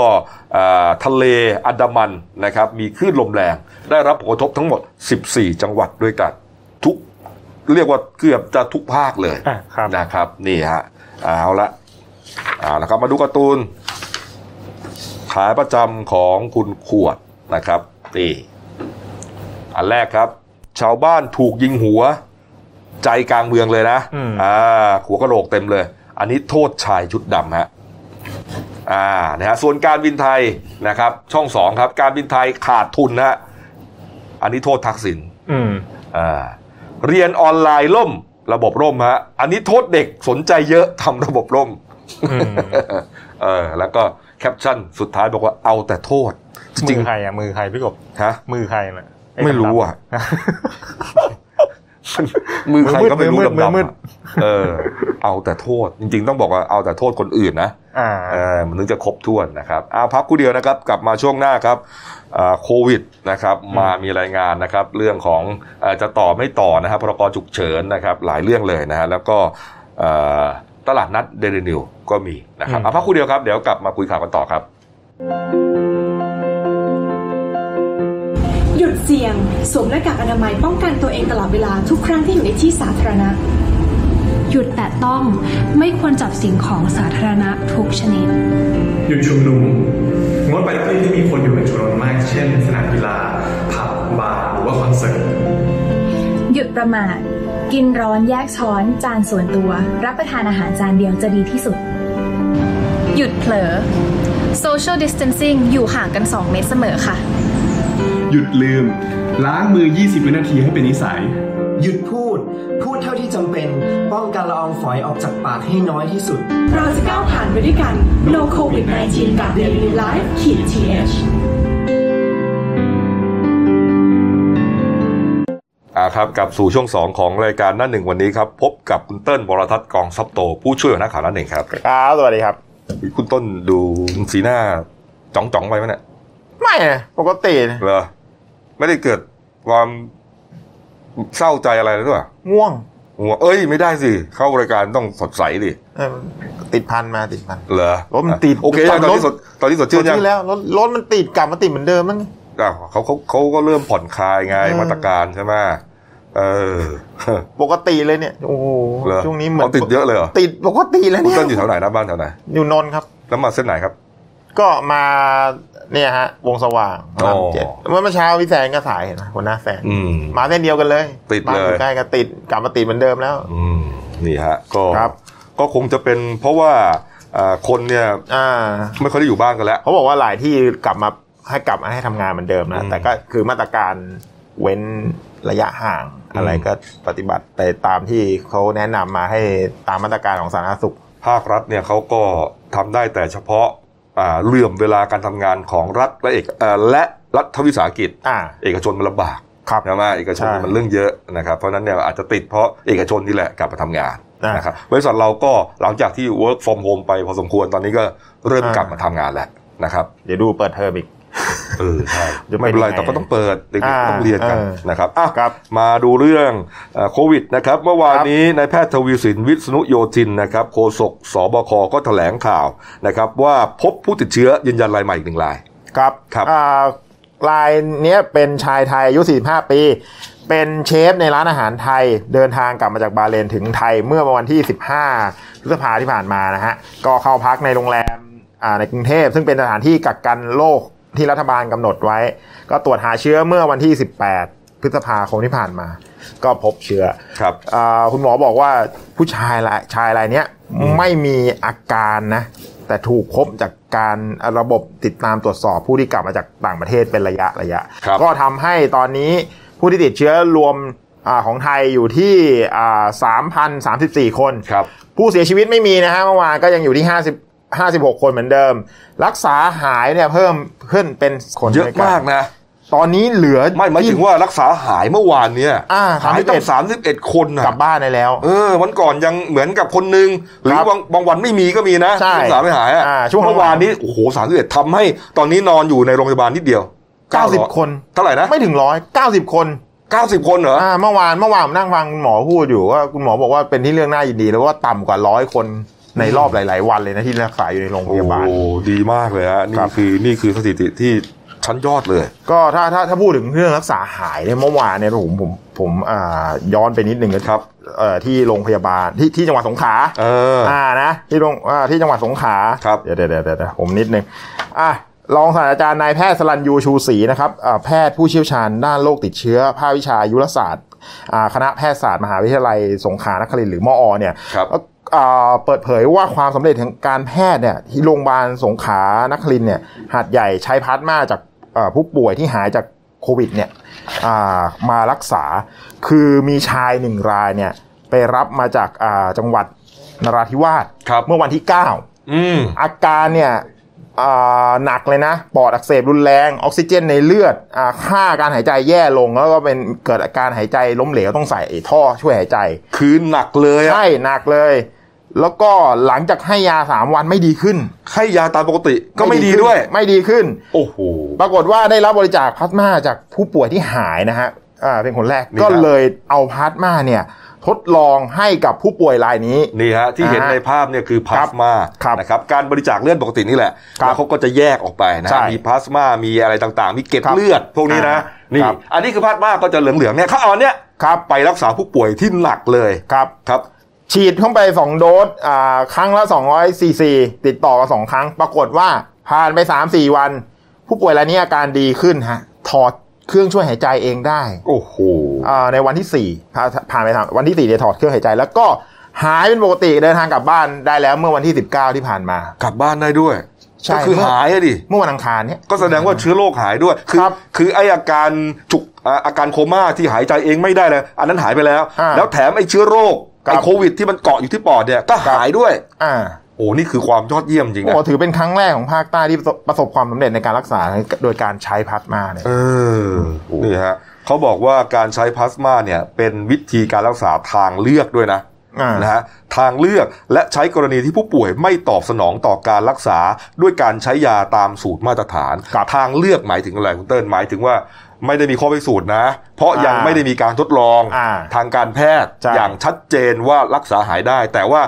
อ่าทะเลอันดามันนะครับมีคลื่นลมแรง ได้รับผลกระทบทั้งหมด 14 จังหวัดด้วยกัน ทุกเรียกว่าเกือบจะทุกภาคเลย
อ่ะครับ
นะครับนี่ฮะเอาละเอาละครับมาดูการ์ตูนขาประจำของคุณขวดนะครับนี่อันแรกครับ ชาวบ้านถูกยิงหัว ใจกลางเมืองเลยนะ
อืม
อ่าหัวกะโหลกเต็มเลย อันนี้โทษชายชุดดำฮะ อ่า นะฮะ ส่วนการบินไทยนะครับ ช่องสองครับ การบินไทยขาดทุนนะฮะ อันนี้โทษทักษิณ
อืม
อ่าเรียนออนไลน์ล่ม ระบบร่มฮะอันนี้โทษเด็กสนใจเยอะ [LAUGHS] ทำระบบร่ม
อืม
เออแล้วก็แคปชั่นสุดท้ายบอกว่าเอาแต่โทษ จ
มื
ริง
อใครอ่ะมือใครพี่กบ
ๆฮะ
มือใครน่ะอ้
ไม่รู้
ดำๆ
อ่ะ มือใครก็ไม่รู้
มือมืด
ดำๆ
มือมืด
อะเออ เอาแต่โทษ จริง ๆ ต้องบอกว่าเอาแต่โทษคนอื่นนะ
อ่า
เออมันถึงจะครบถ้วนนะครับอาพักกูเดียวนะครับ กลับมาช่วงหน้าครับอ่าโควิดนะครับ
อืม
มามีรายงานนะครับ เรื่องของเอ่อจะต่อไม่ต่อนะครับพรกฉุกเฉินนะครับ หลายเรื่องเลยนะฮะแล้วก็เอ่อตลาดนัดเดลินิวก็มีนะครับอาพักกูเดียวครับเดี๋ยวกลับมาคุยข่าวกันต่อครับ
หยุดเสี่ยง สวมหน้ากากอนามัยป้องกันตัวเองตลอดเวลาทุกครั้งที่อยู่ในที่สาธารณะ
หยุดแตะต้องไม่ควรจับสิ่งของสาธารณะทุกชนิด
หยุดชุมนุมงดไปที่ที่มีคนอยู่เป็นจำนวนมาก เช่น สนามกีฬา ผับ บาร์หรือว่าคอนเสิร์ต
หยุดประมาท กินร้อนแยกช้อน จานส่วนตัว รับประทานอาหารจานเดียวจะดีที่สุด หยุดเผลอ social distancing อยู่ห่างกัน 2 เมตรเสมอค่ะ
หยุดลืม ล้างมือ 20 วินาทีให้เป็นนิสัย
หยุดพูด พูดเท่าที่จำเป็น ป้องกันละอองฝอยออกจากปากให้น้อยที่สุด
เราจะก้าวผ่านไปด้วยกัน No COVID 19กับ Daily Life ขีด th
อ่าครับกลับสู่ช่วง 2 ของรายการหนั่นหนึ่งวันนี้ครับ พบกับคุณเติ้ลวรทัศน์กองซับโต ผู้ช่วยหัวหน้าข่าวหนั่นเองครับ
ครับสวัสดีครับ
คุณต้นดูสีหน้าจ่อง ๆ ไปไหมเนี่ย
ไม่นะปกตินะ
เหรอไม่ได้เกิดความเศร้าใจอะไรเลยหรือเปล่า
ง่วง
หัวเอ้ยไม่ได้สิ เข้ารายการต้องสดใสดิ
เออติดพันมาติดพัน
เหรอ
รถมันติด
โอเคยังตอน
รถ
นี้สดตอนนี้สดชื่นยัง
ที่แล้วรถรถมันติดกลับมาติดเหมือนเดิมมั้ง
อ้าวเขาเขาเขาก็เริ่มผ่อนคลายไง
เออ
มาตรการใช่ไหมเออ [LAUGHS]
ปกติเลยเนี่ยโอ้โห
เหรอ
ช่วงนี้เหมือน
ติดเยอะเลยเหรอ
ติดปกติแล้ว
คุณ
เนี่ย
เติ้ลอยู่แถวไหนนะบ้านแถวไหน
อยู่นนท์ครับ
แล้วมาเส้นไหนครับ
ก็มาเนี่ยฮะ วงสว่าง
อ๋อ
สามเจ็ดเมื่อเช้าพี่แสงก็สายเห็นไหมหัวหน้าแสง
อืม
มาเส้นเดียวกันเลย
ติดเลย
บ้านอใกล้ก็ติดกลับมาติดเหมือนเดิมแล้ว
อืมนี่ฮะก็
ครับ
ก็คงจะเป็นเพราะว่าอ่าคนเนี่ย
อ่า
ไม่ค่อยได้อยู่บ้านกันแล้ว
เขาบอกว่าหลายที่กลับมาให้กลับมาให้ทำงานเหมือนเดิมนะ
อืม
แต่ก็คือมาตรการเว้นระยะห่าง
อืม
อะไรก็ปฏิบัติไปตามที่เขาแนะนำมาให้ตามมาตรการของสาธารณสุข
ภาครัฐเนี่ยเขาก็ทำได้แต่เฉพาะอ่าเลื่อมเวลาการทำงานของรัฐและเอกเอ่อและรัฐวิสาหกิจ
อ่า
เอกชนมันลำบาก
ครับ
ใช่ไหมเอกชน
ใช่
มันเรื่องเยอะนะครับเพราะฉะนั้นเนี่ยอาจจะติดเพราะเอกชนนี่แหละกลับมาทำงาน
อ่าน
นะครับบริษัทเราก็หลังจากที่ work from home ไปพอสมควรตอนนี้ก็เริ่ม
อ่าก ก
ลับมาทำงานแล้วนะครับ
เดี๋ยวดูเปิดเทอมอีก
เออใช่
จะเป็
ไม่
น
เป็นไร
ยังไง
แต่ก็ต้องเปิดเด็ก
อ่า
ๆต้องเรียนกัน
เออ
นะครับอ่ะ
ครับ
มาดูเรื่องเอ่อโควิดนะครับ เมื่อวานนี้นายแพทย์ทวีสินวิษณุโยธินนะครับโฆษกสบคก็แถลงข่าวนะครับ ว่าพบผู้ติดเชื้อยืนยันรายใหม่อีกหนึ่งราย
ครับ
ครับ
อ่ารายเนี้ยเป็นชายไทยอายุ 45 ปี เป็นเชฟในร้านอาหารไทย เดินทางกลับมาจากบาห์เลนถึงไทยเมื่อวันที่ 15พฤษภาที่ผ่านมานะฮะ ก็เข้าพักในโรงแรมอ่าในกรุงเทพ ซึ่งเป็นสถานที่กักกันโรคที่รัฐบาลกำหนดไว้ ก็ตรวจหาเชื้อเมื่อวันที่ 18 พฤษภาคมที่ผ่านมา ก็พบเชื้อ
ครับ
อ่าคุณหมอบอกว่าผู้ชายรายชายรายเนี้ย
อืม
ไม่มีอาการนะ แต่ถูกพบจากการระบบติดตามตรวจสอบผู้ที่กลับมาจากต่างประเทศเป็นระยะระยะ
ครับ
ก็ทำให้ตอนนี้ผู้ที่ติดเชื้อรวมอาของไทยอยู่ที่อ่า3,034 คน
ครับ
ผู้เสียชีวิตไม่มีนะฮะเมื่อวานก็ยังอยู่ที่ 50 56 คนเหมือนเดิม รักษาหายเนี่ยเพิ่มขึ้นเป็นคน
เยอะมากนะ
ตอนนี้เหลือ
ไม่หมายถึงว่ารักษาหายเมื่อวานเนี่ย
อ่า
หายตั้งสามสิบเอ็ดคนนะ
กลับบ้านได้แล้ว
เออวันก่อนยังเหมือนกับคนหนึ่งหรือ
ครับ
บางบางวันไม่มีก็มีนะ
ใช่
รักษาไม่หายอะ
อ่าช่วง
เมื่อวาน
หลังๆ
นี้โอ้โหสามสิบเอ็ดทำให้ตอนนี้นอนอยู่ในโรงพยาบาลนิดเดียว
90 คน
เท่าไหร่นะ
ไม่ถึงร้อยเก้าสิบคน
เก้าสิบคนเหรอ
อ่าเมื่อวานเมื่อวานผมนั่งฟังคุณหมอพูดอยู่ว่าคุณหมอบอกว่าเป็นที่เรื่องน่ายินดี แล้วว่าต่ำกว่าร้อยคนในรอบหลาย ๆ วันเลยนะที่รักษาอยู่ในโรงพยาบาล
โอ้ดีมากเลยฮะนี่
ครับ
คือนี่คือสถิติที่ชั้นยอดเลย
ก็ถ้าถ้าถ้าพูดถึงเรื่องรักษาหายเนี่ยเมื่อวานเนี่ยผมผมผมอ่าย้อนไปนิดนึงนะครับเอ่อที่โรงพยาบาลที่ที่จังหวัดสงขลา
เออ
อ่านะที่โรงอ่าที่จังหวัดสงขลา
ครับ
เดี๋ยวเดี๋ยวเดี๋ยวเดี๋ยวผมนิดนึงอ่ะรองศาสตราจารย์นายแพทย์สรัญยูชูศรีนะครับอ่าแพทย์ผู้เชี่ยวชาญด้านโรคติดเชื้อภาควิชายุรศาสตร์อ่าคณะแพทยศาสตร์มหาวิทยาลัยสงขลานครินทร์หรือมอเนี่ย
ครับ
เอ่อเปิดเผยว่าความสำเร็จทางการแพทย์เนี่ยที่โรงพยาบาลสงขลานครินทร์เนี่ยหาดใหญ่ใช้พลาสมาจากเอ่อผู้ป่วยที่หายจาก โควิดเนี่ยอ่ามารักษา คือมีชายหนึ่งรายเนี่ยไปรับมาจากอ่าจังหวัดนราธิวาส
ครับ
เมื่อวันที่ 9
อืม
อาการเนี่ยอ่าหนักเลยนะ ปอดอักเสบรุนแรง ออกซิเจนในเลือดอาค่าการหายใจแย่ลง แล้วก็เป็นเกิดอาการหายใจล้มเหลวต้องใส่ท่อช่วยหายใจ
คือหนักเลยอะ
ใช่หนักเลย แล้วก็หลังจากให้ยา 3 วันไม่ดีขึ้น
ให้ยาตามปกติก็ไม่ดี
ขึ้น
ด้วย
ไม่ดีขึ้น
โอ้โห
ปรากฏว่าได้รับบริจาคพลาสมาจากผู้ป่วยที่หายนะฮะอ่าเป็นคนแรก
นี่ครับ
ก็เลยเอาพลาสมาเนี่ยทดลองให้กับผู้ป่วยรายนี้
นี่ฮะที่เห็น
อ่าฮะ
ในภาพเนี่ยคือพลา
ครับ
สมา
ครับ
นะครับการบริจาคเลือดปกตินี่แหละ
ครับ
แล้วเขาก็จะแยกออกไปนะ
ใช่
ฮะมีพลาสมามีอะไรต่างๆ มีเกล็ด
ครับ
เลือดพวกนี้นะ
อ่า
นี่
ครับ
อันนี้คือพลาสมาก็จะเหลืองๆเนี่ยเขาเอาอันเนี้ย
ครับ
ไปรักษาผู้ป่วยที่หนักเลย
ครับ
ครับ
ฉีดเข้าไป 2 โดสอ่าครั้งละ200ซีซีติดต่อกัน2ครั้ง ปรากฏว่าผ่านไป 3-4 วัน ผู้ป่วยรายนี้อาการดีขึ้นฮะถอดเครื่องช่วยหายใจเองได้
โอ้โห
อ่าในวันที่ 4 ผ่านผ่านไปสามวันที่ 4 เดี๋ยวถอดเครื่องหายใจ แล้วก็หายเป็นปกติเดินทางกลับบ้านได้แล้วเมื่อวันที่ 19 ที่ผ่านมา
กลับบ้านได้ด้วย
ใช่
ก็คือหายอะดิ
เมื่อวันอังคารเนี่ย
ก็แสดงว่าเชื้อโรคหายด้วย คือ
ครับ
คือไออาการฉุกอ่าอาการโคม่าที่หายใจเองไม่ได้เลย อันนั้นหายไปแล้ว
อ่า
แล้วแถมไอเชื้อโรค
ครับ
ไอโควิดที่มันเกาะอยู่ที่ปอดเนี่ยก็หายด้วย
อ่า
โอ้นี่คือความยอดเยี่ยมจริง
โอ้
นะ
โหถือเป็นครั้งแรกของภาคใต้ที่ประสบประสบความสำเร็จในการรักษาโดยการใช้พัดมาเนี่ย
เออนี่ฮะเขาบอกว่าการใช้พลาสมาเนี่ยเป็นวิธีการรักษาทางเลือกด้วยนะ
อ่าน
นะฮะทางเลือกและใช้กรณีที่ผู้ป่วยไม่ตอบสนองต่อการรักษาด้วยการใช้ยาตามสูตรมาตรฐาน ทางเลือกหมายถึงอะไรคุณเติ้ลหมายถึงว่าไม่ได้มีข้อพิสูจน์นะ เพราะยัง
อ่า
ไม่ได้มีการทดลอง
อ่า
ทางการแพทย์
ใช่
อย่างชัดเจนว่ารักษาหายได้ แต่ว่า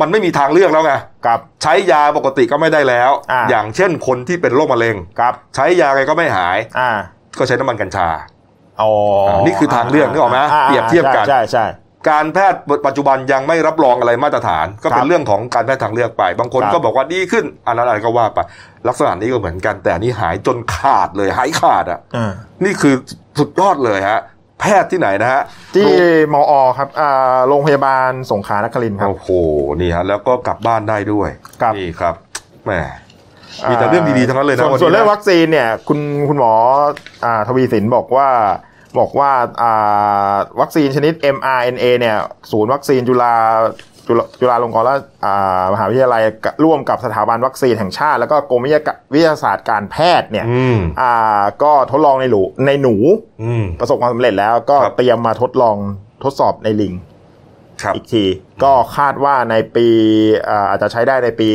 มันไม่มีทางเลือกแล้วไง
กับ
ใช้ยาปกติก็ไม่ได้แล้ว
อ่า
ย่างเช่นคนที่เป็นโรคมะเร็ง
กับ
ใช้ยาไงก็ไม่หาย
อ่า
ก็ใช้น้ำมันกัญชา
อ๋ออ่า
นี่คือทางเลือกนึกออกไหมาเปรียบเทียบกัน
ใช่ใช่
การแพทย์ปัจจุบันยังไม่รับรองอะไรมาตรฐาน ก็เป็
ครั
น
บ
เรื่องของการแพทย์ทางเลือกไป บางคน
ครับ
ก็บอกว่าดีขึ้นอันนั้นอะไรก็ว่าไปลักษณะนี้ก็เหมือนกันแต่นี่หายจนขาดเลยหายขาดอ่ะ
อ่า
นี่คือสุดยอดเลยฮะแพทย์ที่ไหนนะฮะ
ที่มอครับอ่าโรงพยาบาลสงขลานครินทร์ครับ
โอ้โห นี่ฮะ แล้วก็กลับบ้านได้ด้วย
ครับ
นี่ครับ แหม มีแต่เรื่องดีๆทั้งนั้นเลยนะ
ส่ว
วันนี้
ส่วนเรื่อง
นะ
วัคซีนเนี่ยคุณคุณหมออ่าทวีสินบอกว่าบอกว่าอ่าวัคซีนชนิด mRNA เนี่ยศูนย์วัคซีนจุฬาจุฬาจุฬาลงกรณราชอ่ามหาวิทยาลัยกะร่วมกับสถาบันวัคซีนแห่งชาติ แล้วก็กรมวิทยากะวิทยาศาสตร์การแพทย์เนี่ย
อืม
อ่าก็ทดลองในหนูในหนู
อืม
ประสบความสำเร็จแล้วก็
ครับ
เตรียมมาทดลองทดสอบในลิง
ครับ
อีกทีก็คาดว่าในปีอ่าอาจจะใช้ได้ในปี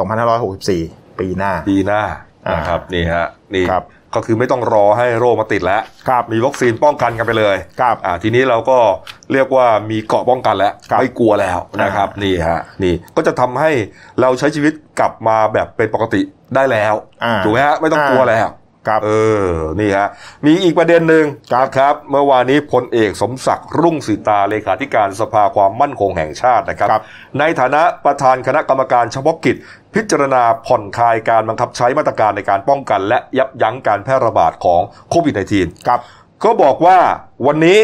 2564 ปีหน้า
ดีหน้า
อ่าน
นะครับ นี่ฮะ นี่
ครับ
ก็คือไม่ต้องรอให้โรคมาติดแล้ว
ครับ
มีวัคซีนป้องกันกันไปเลย
ครับ
อ่า ทีนี้เราก็เรียกว่ามีเกราะป้องกันแล้ว
ครับ
ไม่กลัวแล้วนะครับ นี่ฮะ นี่ ก็จะทำให้เราใช้ชีวิตกลับมาแบบเป็นปกติได้แล้ว
อ่า
ถูกไหมฮะ ไม่ต้องกลัวแล้ว
ครับ
เออ นี่ฮะ มีอีกประเด็นหนึ่ง
ครับ
นะครับ เมื่อวานนี้พลเอกสมศักดิ์รุ่งสีตาเลขาธิการสภาความมั่นคงแห่งชาตินะครับ
ครับ
ในฐานะประธานคณะกรรมการเฉพาะกิจ พิจารณาผ่อนคลายการบังคับใช้มาตรการในการป้องกัน และยับยั้งการแพร่ระบาดของโควิด -19
ครับ
ก็บอกว่าวันนี้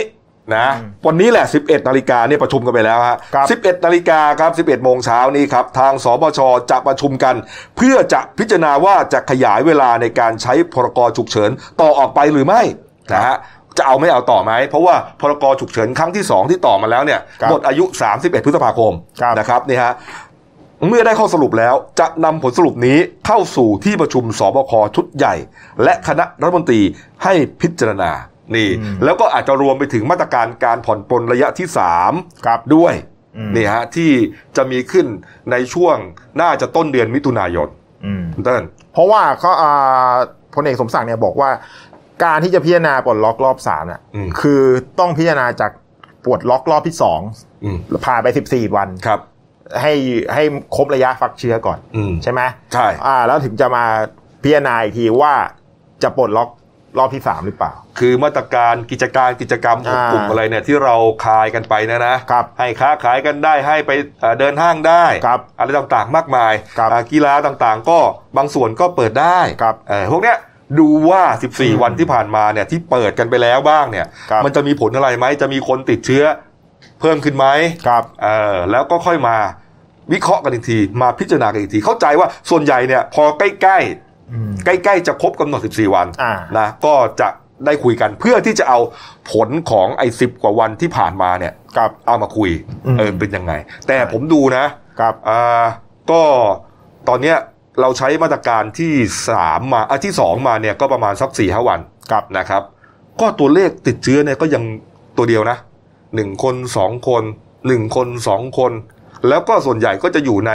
นะ
อืม
วันนี้แหละ 11 นาฬิกาเนี่ยประชุมกันไปแล้วฮะ
ครับ
11 นาฬิกาครับ 11 โมงเช้านี้ครับ ทางสบชจะประชุมกัน เพื่อจะพิจารณาว่าจะขยายเวลาในการใช้พรกฉุกเฉินต่อออกไปหรือไม่นะฮะจะเอาไม่เอาต่อไหม เพราะว่าพรกฉุกเฉินครั้งที่ 2 ที่ต่อมาแล้วเนี่ย
ครับ
หมดอายุ 31 พฤษภาคม
ครับ
นะครับนี่ฮะเมื่อได้ข้อสรุปแล้วจะนำผลสรุปนี้เข้าสู่ที่ประชุมสบคชุดใหญ่ และคณะรัฐมนตรีให้พิจารณานี่ แล้วก็อาจจะรวมไปถึงมาตรการการผ่อนปลนระยะที่ 3
ครับ
ด้วย
อืม
นี่ฮะที่จะมีขึ้นในช่วงน่าจะต้นเดือนมิถุนายน
อืม
คุณเติ้ล
เพราะว่าเขาอ่าพลเอกสมศักดิ์เนี่ยบอกว่า การที่จะพิจารณาปลดล็อกรอบสามน่ะ
อืม
คือต้องพิจารณาจากปลดล็อกรอบที่สอง
อืม
ผ่านไป 14 วัน
ครับ
ให้ให้ครบระยะฟักเชื้อก่อน
อืม
ใช่ไหม
ใช่
อ่า แล้วถึงจะมาพิจารณาอีกทีว่าจะปลดล็อกรอบที่สามหรือเปล่า
คือมาตรการกิจการกิจกรรมหก
อ่าก
ลุ่มอะไรเนี่ยที่เราคลายกันไปเนะนะครับ ให้ค้าขายกันได้ให้ไปเอ่อเดินห้างได้
ครับ
อะไรต่างๆมากมาย
ครับ
อ่ากีฬาต่างๆ ก็บางส่วนก็เปิดได้
ครับ
เอ่อพวกเนี้ยดูว่า14
ม
วันที่ผ่านมาเนี่ยที่เปิดกันไปแล้วบ้างเนี่ย
ครับ
มันจะมีผลอะไรไหมจะมีคนติดเชื้อเพิ่มขึ้นไหม
ครับ
เออแล้วก็ค่อยมาวิเคราะห์กันอีกที มาพิจารณากันอีกที เข้าใจว่าส่วนใหญ่เนี่ย พอใกล้
อืม
ใกล้ๆจะครบกำหนด 14 วัน
อ่า
นะก็จะได้คุยกันเพื่อที่จะเอาผลของไอ้สิกว่าวันที่ผ่านมาเนี่ย
กับ
เอามาคุย
อืม
เออเป็นยังไง แต่ผมดูนะ
กับ
อ่าก็ตอนเนี้ยเราใช้มาตรการที่สามมาอ่ะที่สองมาเนี่ยก็ประมาณสักสี่ห้าวัน
ครับ
นะครับ ก็ตัวเลขติดเชื้อเนี่ยก็ยังตัวเดียวนะหนึ่งคนสองคนหนึ่งคนสองคน แล้วก็ส่วนใหญ่ก็จะอยู่ใน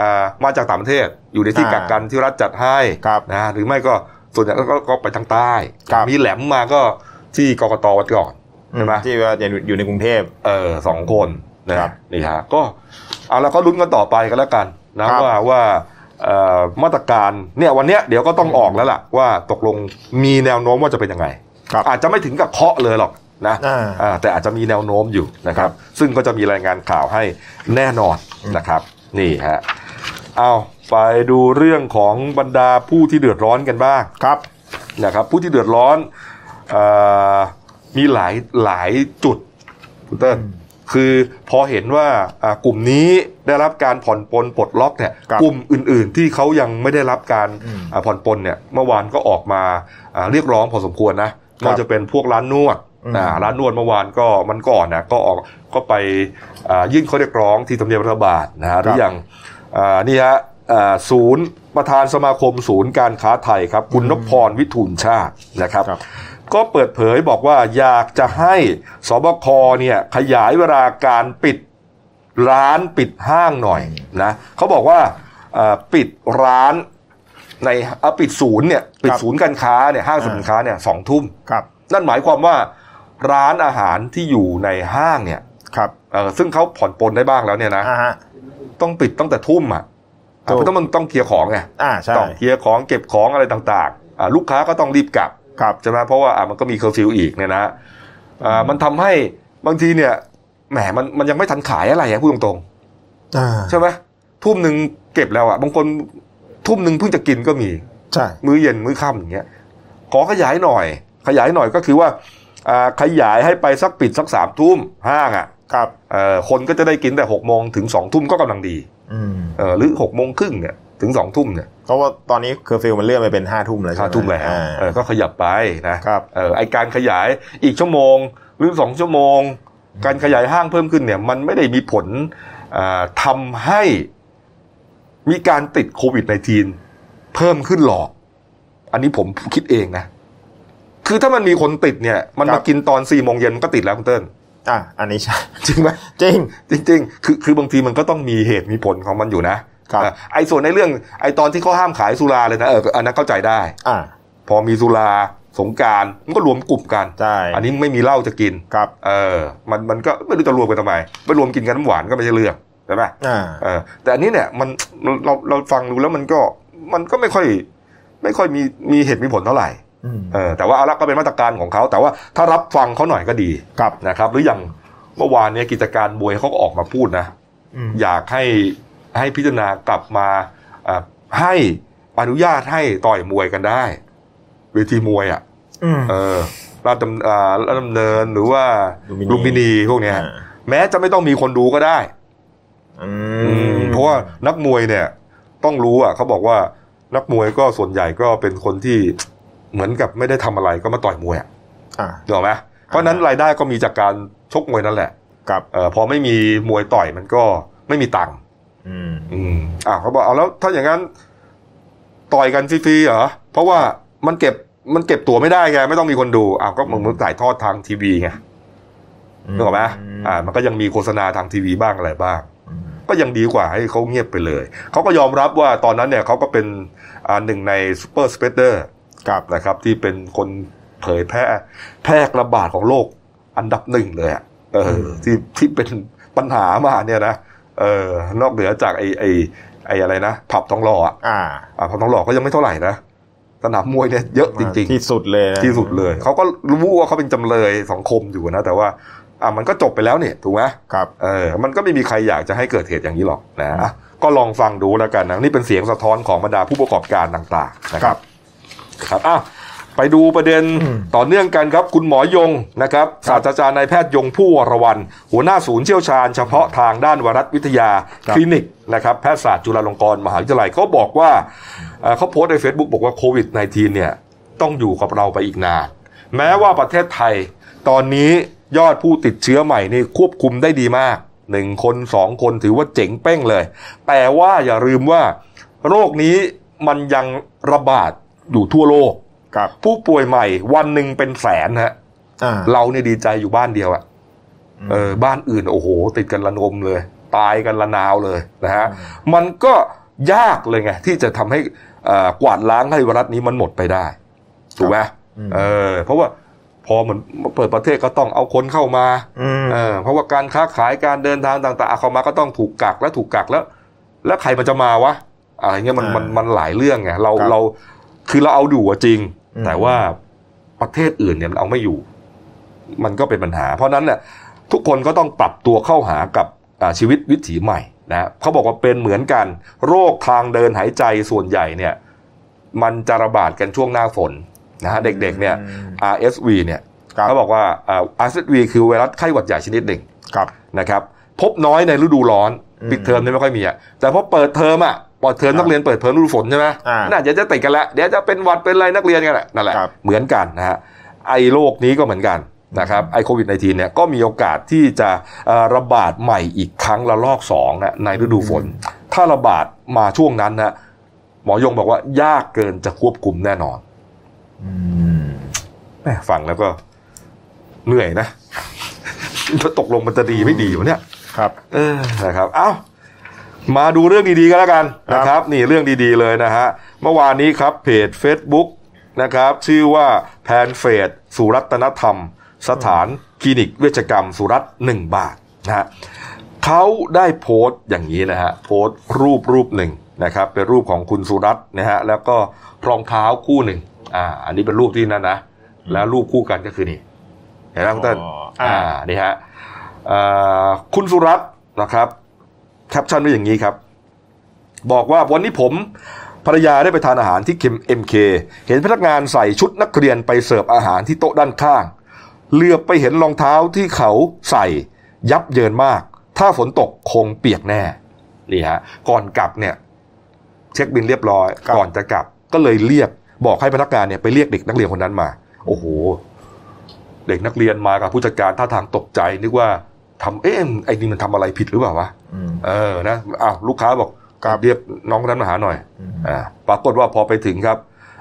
อ่ามาจากต่างประเทศ อยู่ในที่กักกันที่รัฐจัดให้
กับ
นะหรือไม่ก็ส่วนใหญ่ก็ก็ก็ไปทางใต้
ครับ
มีแหลมมาก็ที่กกตวันก่อน ใช่ไหม
ที่ว่าจะอยู่ในกรุงเทพ
เออสองคนนะครับ นี่ฮะก็เอาแล้วก็ลุ้นกันต่อไปกันแล้วกันนะครับ ว่าว่าเอ่อมาตรการเนี่ยวันเนี้ยเดี๋ยวก็ต้องออกแล้วล่ะว่าตกลงมีแนวโน้มว่าจะเป็นยังไง
กับ
อาจจะไม่ถึงกับเคาะเลยหรอกนะ
อ่า
อ่าแต่อาจจะมีแนวโน้มอยู่นะครับ ซึ่งก็จะมีรายงานข่าวให้แน่นอนนะครับ นี่ฮะเอาไปดูเรื่องของบรรดาผู้ที่เดือดร้อนกันบ้าง
ครับ
นะครับผู้ที่เดือดร้อนเออมีหลายหลายจุดคุณเติ้ลคือพอเห็นว่าอ่ากลุ่มนี้ได้รับการผ่อนปลนปลดล็อกเนี่ย
ครับ
กลุ่มอื่น ๆ ที่เขายังไม่ได้รับการ
อืม
อ่าผ่อนปลนเนี่ยเมื่อวานก็ออกมาอ่าเรียกร้องพอสมควรนะ
ครั
ก็
บ
จะเป็นพวกร้านนวด
อืม
อ่าร้านนวดเมื่อวานก็มันก่อนนะก็ออกก็ไปอ่ายื่นข้อเรียกร้องที่ทำเนียบรัฐบาลนะฮะหรืออย่าง อ่านี่ฮะอ่าศูนย์ประธานสมาคมศูนย์การค้าไทยครับ คุณนพพรวิทูลชาตินะครับ
ครับ
ก็เปิดเผยบอกว่าอยากจะให้สบคเนี่ยขยายเวลาการปิดร้านปิดห้างหน่อยนะเขาบอกว่าอ่าปิดร้านในอ่าปิดศูนย์เนี่ยปิดศูนย์การค้าเนี่ยห้างสรรพสินค้าเนี่ยสองทุ่ม
ครับ
นั่นหมายความว่าร้านอาหารที่อยู่ในห้างเนี่ย
ครับ
เอ่อซึ่งเขาผ่อนปลนได้บ้างแล้วเนี่ยนะ
อ่าฮะ
ต้องปิดตั้งแต่ทุ่มอ่ะ
ถูก
เพราะต้องมันต้องเคลียร์ของไง
อ่าใช่
ต้องเคลียร์ของเก็บของอะไรต่างๆอ่าลูกค้าก็ต้องรีบกลับ
ครับ
ใช่ไหมเพราะว่าอ่ามันก็มีเคอร์ฟิวอีกเนี่ยนะอ่ามันทำให้บางทีเนี่ยแหมมันมันยังไม่ทันขายอะไรอ่ะพูดตรง
อ่า
ๆใช่ไหมทุ่มหนึ่งเก็บแล้วอ่ะบางคนทุ่มหนึ่งเพิ่งจะกินก็มี
ใช่
มื้อเย็นมื้อค่ำอย่างเงี้ยขอขยายหน่อย ขยายหน่อยก็คือว่าอ่าขยายให้ไปสักปิดสักสามทุ่มห้างอ่ะ
ครับ
เอ่อคนก็จะได้กินแต่หกโมงถึงสองทุ่มก็กำลังดี
อืม
เออหรือหกโมงครึ่งเนี่ยถึงสองทุ่มเนี่ย
เพราะว่าตอนนี้เคอร์ฟิวมันเลื่อนไปเป็นห้าทุ่มเลยใช่
ห้า
ไ
ทุ่มแล้ว
อ่า
เออก็ขยับไปนะครับ เออไอการขยายอีกชั่วโมงหรือสองชั่วโมง การขยายห้างเพิ่มขึ้นเนี่ยมันไม่ได้มีผลอ่าทำาให้มีการติดโควิด -19 เพิ่มขึ้นหรอก อันนี้ผมคิดเองนะ คือถ้ามันมีคนติดเนี่ย มันมากินตอนสี่โมงเย็นมันก็ติดแล้วคุณเติ้ล
อ่ะอันนี้ใช่ [LAUGHS]
จริงไหม
จริง
จริงๆ คือคือบางทีมันก็ต้องมีเหตุมีผลของมันอยู่นะครับ อ่ะไอ้ส่วนในเรื่องไอ้ตอนที่เขาห้ามขายสุราเลยนะเอออันนั้นเข้าใจได้
อ่า
พอมีสุราสงกรารมันก็รวมกลุ่มกัน
ใช่
อันนี้ไม่มีเหล้าจะกิน
ครับ
เออ มันมันก็ไม่รู้จะรวมกันทำไมไปรวมกินกันน้ำหวานก็ไม่ใช่เรื่องใช่ไหม
อ่า
เออแต่อันนี้เนี่ยมันเราเราเราฟังดูแล้วมันก็มันก็ไม่ค่อย ไม่ค่อยมีมีเหตุมีผลเท่าไหร่
อืม
เออแต่ว่าเอาละก็เป็นมาตรการของเขา แต่ว่าถ้ารับฟังเขาหน่อยก็ดี
ครับ
นะครับ หรืออย่างเมื่อวานเนี้ยกิจการมวยเขาก็ออกมาพูดนะ
อืม
อยากให้ให้พิจารณากลับมาอ่ะให้อนุญาตให้ต่อยมวยกันได้เวทีมวยอ่ะ
อืม
เออราชดำอ่าราชดำเนินหรือว่า
ลุ
ลุ
ม
ม
พิ
พิ
นี
นีพวกเนี้ย
อ่า
แม้จะไม่ต้องมีคนดูก็ได้
อืม
เพราะว่านักมวยเนี่ยต้องรู้อ่ะเขาบอกว่านักมวยก็ส่วนใหญ่ก็เป็นคนที่เหมือนกับไม่ได้ทำอะไรก็มาต่อยมวยอ่ะ
อ่า
ถูกไหมเพราะฉะนั้นรายได้ก็มีจากการชกมวยนั่นแหละ
ครับ
เออพอไม่มีมวยต่อยมันก็ไม่มีตังค์
อืม
อืมอ้าวเขาบอกเอาแล้วถ้าอย่างนั้นต่อยกันฟรีๆเหรอ เพราะว่ามันเก็บมันเก็บตั๋วไม่ได้ไงไม่ต้องมีคนดูอ้าวก็เหมือนเหมือนถ่ายทอดทางทีวีไงนึกออกไหมอ่า มันก็ยังมีโฆษณาทางทีวีบ้างอะไรบ้าง
อืม
ก็ยังดีกว่าให้เขาเงียบไปเลย เขาก็ยอมรับว่าตอนนั้นเนี่ยเขาก็เป็นอ่าหนึ่งในซูเปอร์สเปเดอร์
ครับ
นะครับที่เป็นคนเผยแพร่แพร่ระบาดของโลกอันดับหนึ่งเลยอะเออที่ที่เป็นปัญหามาเนี่ยนะเออนอกเหนือจากไอ้ไอ้ไอ้อะไรนะ ผับทองหล่ออะ
อ่า
อ่ะผับทองหล่อก็ยังไม่เท่าไหร่นะสนามมวยเนี่ยเยอะจริง ๆ
ที่สุดเลยนะ
ที่สุดเลย เขาก็รู้ว่าเขาเป็นจำเลยสังคมอยู่นะ แต่ว่าอ่ะมันก็จบไปแล้วเนี่ยถูกไหม
ครับ
เออ มันก็ไม่มีใครอยากจะให้เกิดเหตุอย่างนี้หรอกนะอ่ะก็ลองฟังดูแล้วกันนะ นี่เป็นเสียงสะท้อนของบรรดาผู้ประกอบการต่าง ๆ นะครับ ครับ อ้าว ไปดูประเด็นต่อเนื่องกันครับ คุณหมอยงนะครับศาสตราจารย์นายแพทย์ยงผู้วรวันหัวหน้าศูนย์เชี่ยวชาญเฉพาะทางด้านไวรัสวิทยา
ครับ
คลินิกนะครับแพทยศาสตร์จุฬาลงกรณ์มหาวิทยาลัยเขาบอกว่าเอ่อเขาโพสต์ใน Facebook บอกว่าโควิด -19 เนี่ยต้องอยู่กับเราไปอีกนาน แม้ว่าประเทศไทย ตอนนี้ยอดผู้ติดเชื้อใหม่นี่ควบคุมได้ดีมากหนึ่งคนสองคนถือว่าเจ๋งเป้งเลย แต่ว่าอย่าลืมว่า โรคนี้มันยังระบาดอยู่ทั่วโลก
ครับ
ผู้ป่วยใหม่วันหนึ่งเป็นแสนฮะ
อ่า
เราเนี่ยดีใจอยู่บ้านเดียวอะเออบ้านอื่นโอ้โห ติดกันระนมเลย ตายกันระนาวเลยนะฮะมันก็ยากเลยไงที่จะทำให้เอ่อกวาดล้างให้ไวรัสนี้มันหมดไปได้ถูกไหม
อืม
เออ เพราะว่าพอเหมือนเปิดประเทศก็ต้องเอาคนเข้ามา
อืม
เออเพราะว่าการค้าขายการเดินทางต่างๆเอาเข้ามาก็ต้องถูกกักและถูกกักแล้ว แล้วใครมันจะมาวะอะไรเงี้ยมันมันมันหลายเรื่องไงเรา
ครับ
เราคือเราเอาอยู่อะจริง
อืม
แต่ว่าประเทศอื่นเนี่ยมันเอาไม่อยู่ มันก็เป็นปัญหา เพราะฉะนั้นเนี่ยทุกคนก็ต้องปรับตัวเข้าหากับอ่าชีวิตวิถีใหม่นะเขาบอกว่าเป็นเหมือนกัน โรคทางเดินหายใจส่วนใหญ่เนี่ย มันจะระบาดกันช่วงหน้าฝนนะฮะเด็กๆเนี่ย
อืม
RSV เนี่ย
ครับ
เขาบอกว่าอ่า RSV คือไวรัสไข้หวัดใหญ่ชนิดหนึ่ง
ครับ
นะครับพบน้อยในฤดูร้อน
อืม
ปิดเทอมเนี่ยไม่ค่อยมีอะแต่พอเปิดเทอมอะเปิดเทอม
ครับ
นักเรียนเปิดเทอมฤดูฝนใช่ไหม
อ่า
น่าจะจะติดกันละเดี๋ยวจะเป็นหวัดเป็นอะไรนักเรียนกันแหละนั่นแหละ
ครับ
เหมือนกันนะฮะไอ้โรคนี้ก็เหมือนกันนะครับไอ้โควิด -19 เนี่ยก็มีโอกาสที่จะเอ่อระบาดใหม่อีกครั้งละลอกสองนะในฤดูฝน ถ้าระบาดมาช่วงนั้นนะหมอยงบอกว่ายากเกินจะควบคุมแน่นอนแหม่ฟังแล้วก็เหนื่อยนะ [LAUGHS] ตกลงมันจะดีไม่ดีวะเนี่ย
ครับ
เออนะครับ เอ้า มาดูเรื่องดีๆกันแล้วกัน
ครับ
นะครับ นี่เรื่องดีๆเลยนะฮะ เมื่อวานนี้ครับเพจ Facebook นะครับ ชื่อว่าแพนเฟดสุรัตนธรรม สถานคลินิกเวชกรรมสุรัตน์หนึ่งบาทนะฮะเขาได้โพสต์อย่างนี้นะฮะ โพสต์รูปรูปหนึ่งนะครับ เป็นรูปของคุณสุรัตน์นะฮะ แล้วก็รองเท้าคู่หนึ่ง อ่า อันนี้เป็นรูปที่นั่นนะ แล้วรูปคู่กันก็คือนี่ เห็นไหมคุณเต้น
อ๋ออ่า
อ่า นี่ฮะเอ่อคุณสุรัตน์นะครับ แคปชั่นไว้อย่างนี้ครับ บอกว่าวันนี้ผมภรรยาได้ไปทานอาหารที่เอ็มเคเห็นพนักงานใส่ชุดนักเรียนไปเสิร์ฟอาหารที่โต๊ะด้านข้าง เหลือบไปเห็นรองเท้าที่เขาใส่ยับเยินมาก ถ้าฝนตกคงเปียกแน่ นี่ฮะ ก่อนกลับเนี่ย เช็คบินเรียบร้อย
ครับ
ก่อนจะกลับ ก็เลยเรียกบอกให้พนักงานเนี่ยไปเรียกเด็กนักเรียนคนนั้นมา โอ้โห เด็กนักเรียนมากับผู้จัดการท่าทางตกใจนึกว่าทำเอ๊ะไอ้นี่มันทำอะไรผิดหรือเปล่าวะ
อืม
เออ นะอ้าวลูกค้าบอกกราบเรียกน้องคนนั้นมาหาหน่อย
อืม
อ่า ปรากฏว่าพอไปถึงครับ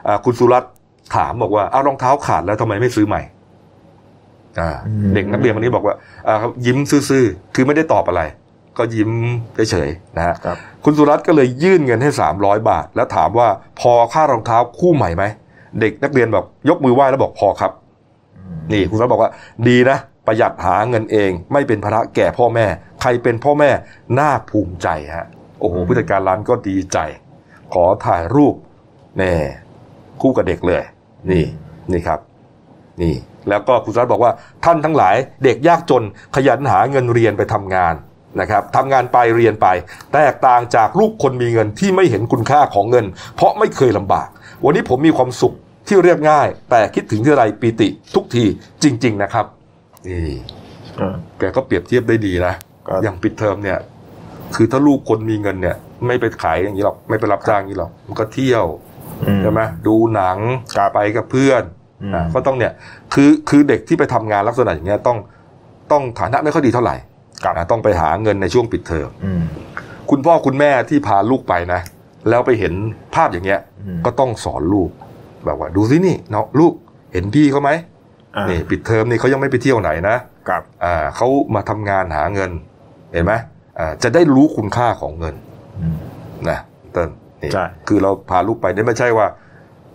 อ่า คุณสุรัตน์ถามบอกว่าอ้าวรองเท้าขาดแล้วทำไมไม่ซื้อใหม่ อ่า
อืม
เด็กนักเรียนคนนี้บอกว่า อ่าครับยิ้มซื่อๆ คือไม่ได้ตอบอะไร ก็ยิ้มเฉยๆ นะฮะ
ครับ
คุณสุรัตน์ก็เลยยื่นเงินให้ 300 บาท แล้วถามว่าพอค่ารองเท้าคู่ใหม่ไหม เด็กนักเรียนแบบยกมือไหว้แล้วบอกพอครับ นี่คุณสุรัตน์บอกว่าดีนะ ประหยัดหาเงินเอง ไม่เป็นภาระแก่พ่อแม่ ใครเป็นพ่อแม่น่าภูมิใจฮะ โอ้โหผู้จัดการร้านก็ดีใจ ขอถ่ายรูปแน่คู่กับเด็กเลย นี่นี่ครับ นี่ แล้วก็คุณสุรัตน์บอกว่าท่านทั้งหลายเด็กยากจนขยันหาเงินเรียนไปทำงานนะครับทำงานไปเรียนไป แตกต่างจากลูกคนมีเงินที่ไม่เห็นคุณค่าของเงิน เพราะไม่เคยลำบาก วันนี้ผมมีความสุขที่เรียบง่าย แต่คิดถึงที่ไรปีติทุกทีจริง ๆ นะครับนี่แกก็เปรียบเทียบได้ดีนะ
ครับ
อย่างปิดเทอมเนี่ย คือถ้าลูกคนมีเงินเนี่ย ไม่ไปขายอย่างนี้หรอกไม่ไปรับจ้างอย่างนี้หรอกมันก็เที่ยว
อืม
ใช่ไหมดูหนัง
ครับ
ไปกับเพื่อน
อืม
อ่ะก็ต้องเนี่ยคือคือเด็กที่ไปทำงานลักษณะอย่างเงี้ยต้องต้องฐานะไม่ค่อยดีเท่าไหร่
ครับ
อ่ะต้องไปหาเงินในช่วงปิดเทอม
อืม
คุณพ่อคุณแม่ที่พาลูกไปนะ แล้วไปเห็นภาพอย่างเงี้ย
อืม
ก็ต้องสอนลูก แบบว่าดูสินี่เนาะลูกเห็นพี่เขาไหม
อ่า
นี่ปิดเทอมนี่เขายังไม่ไปเที่ยวไหนนะ
ครับ
อ่าเขามาทำงานหาเงิน เห็นไหมอ่าจะได้รู้คุณค่าของเงิน
อืม
นะเต้นนี่
ใช่
คือเราพาลูกไปเนี่ยไม่ใช่ว่า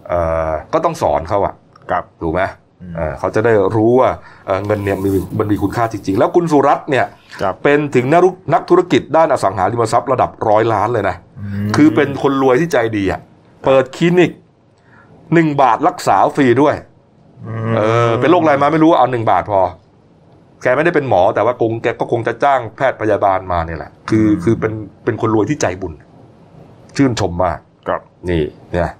เอ่อก็ต้องสอนเขาอะ
ครับ
ถูกไหม
อืม
เอ่อเขาจะได้รู้ว่าเอ่อเงินเนี่ยมีมันมีคุณค่าจริง ๆ แล้วคุณสุรัตน์เนี่ย
ครับ
เป็นถึงนักธุนักธุรกิจด้านอสังหาริมทรัพย์ระดับร้อยล้านเลยนะ คือเป็นคนรวยที่ใจดีอะเปิดคลินิกหนึ่งบาทรักษาฟรีด้วย
ม
เออเป็นโรคอะไรมาไม่รู้เอาหนึ่งบาทพอ แกไม่ได้เป็นหมอแต่ว่าคงแกก็คงจะจ้างแพทย์พยาบาลมาเนี่ยแหละ คือคือเป็นเป็นคนรวยที่ใจบุญ ชื่นชมมาก
ครับ
นี่เนี่ย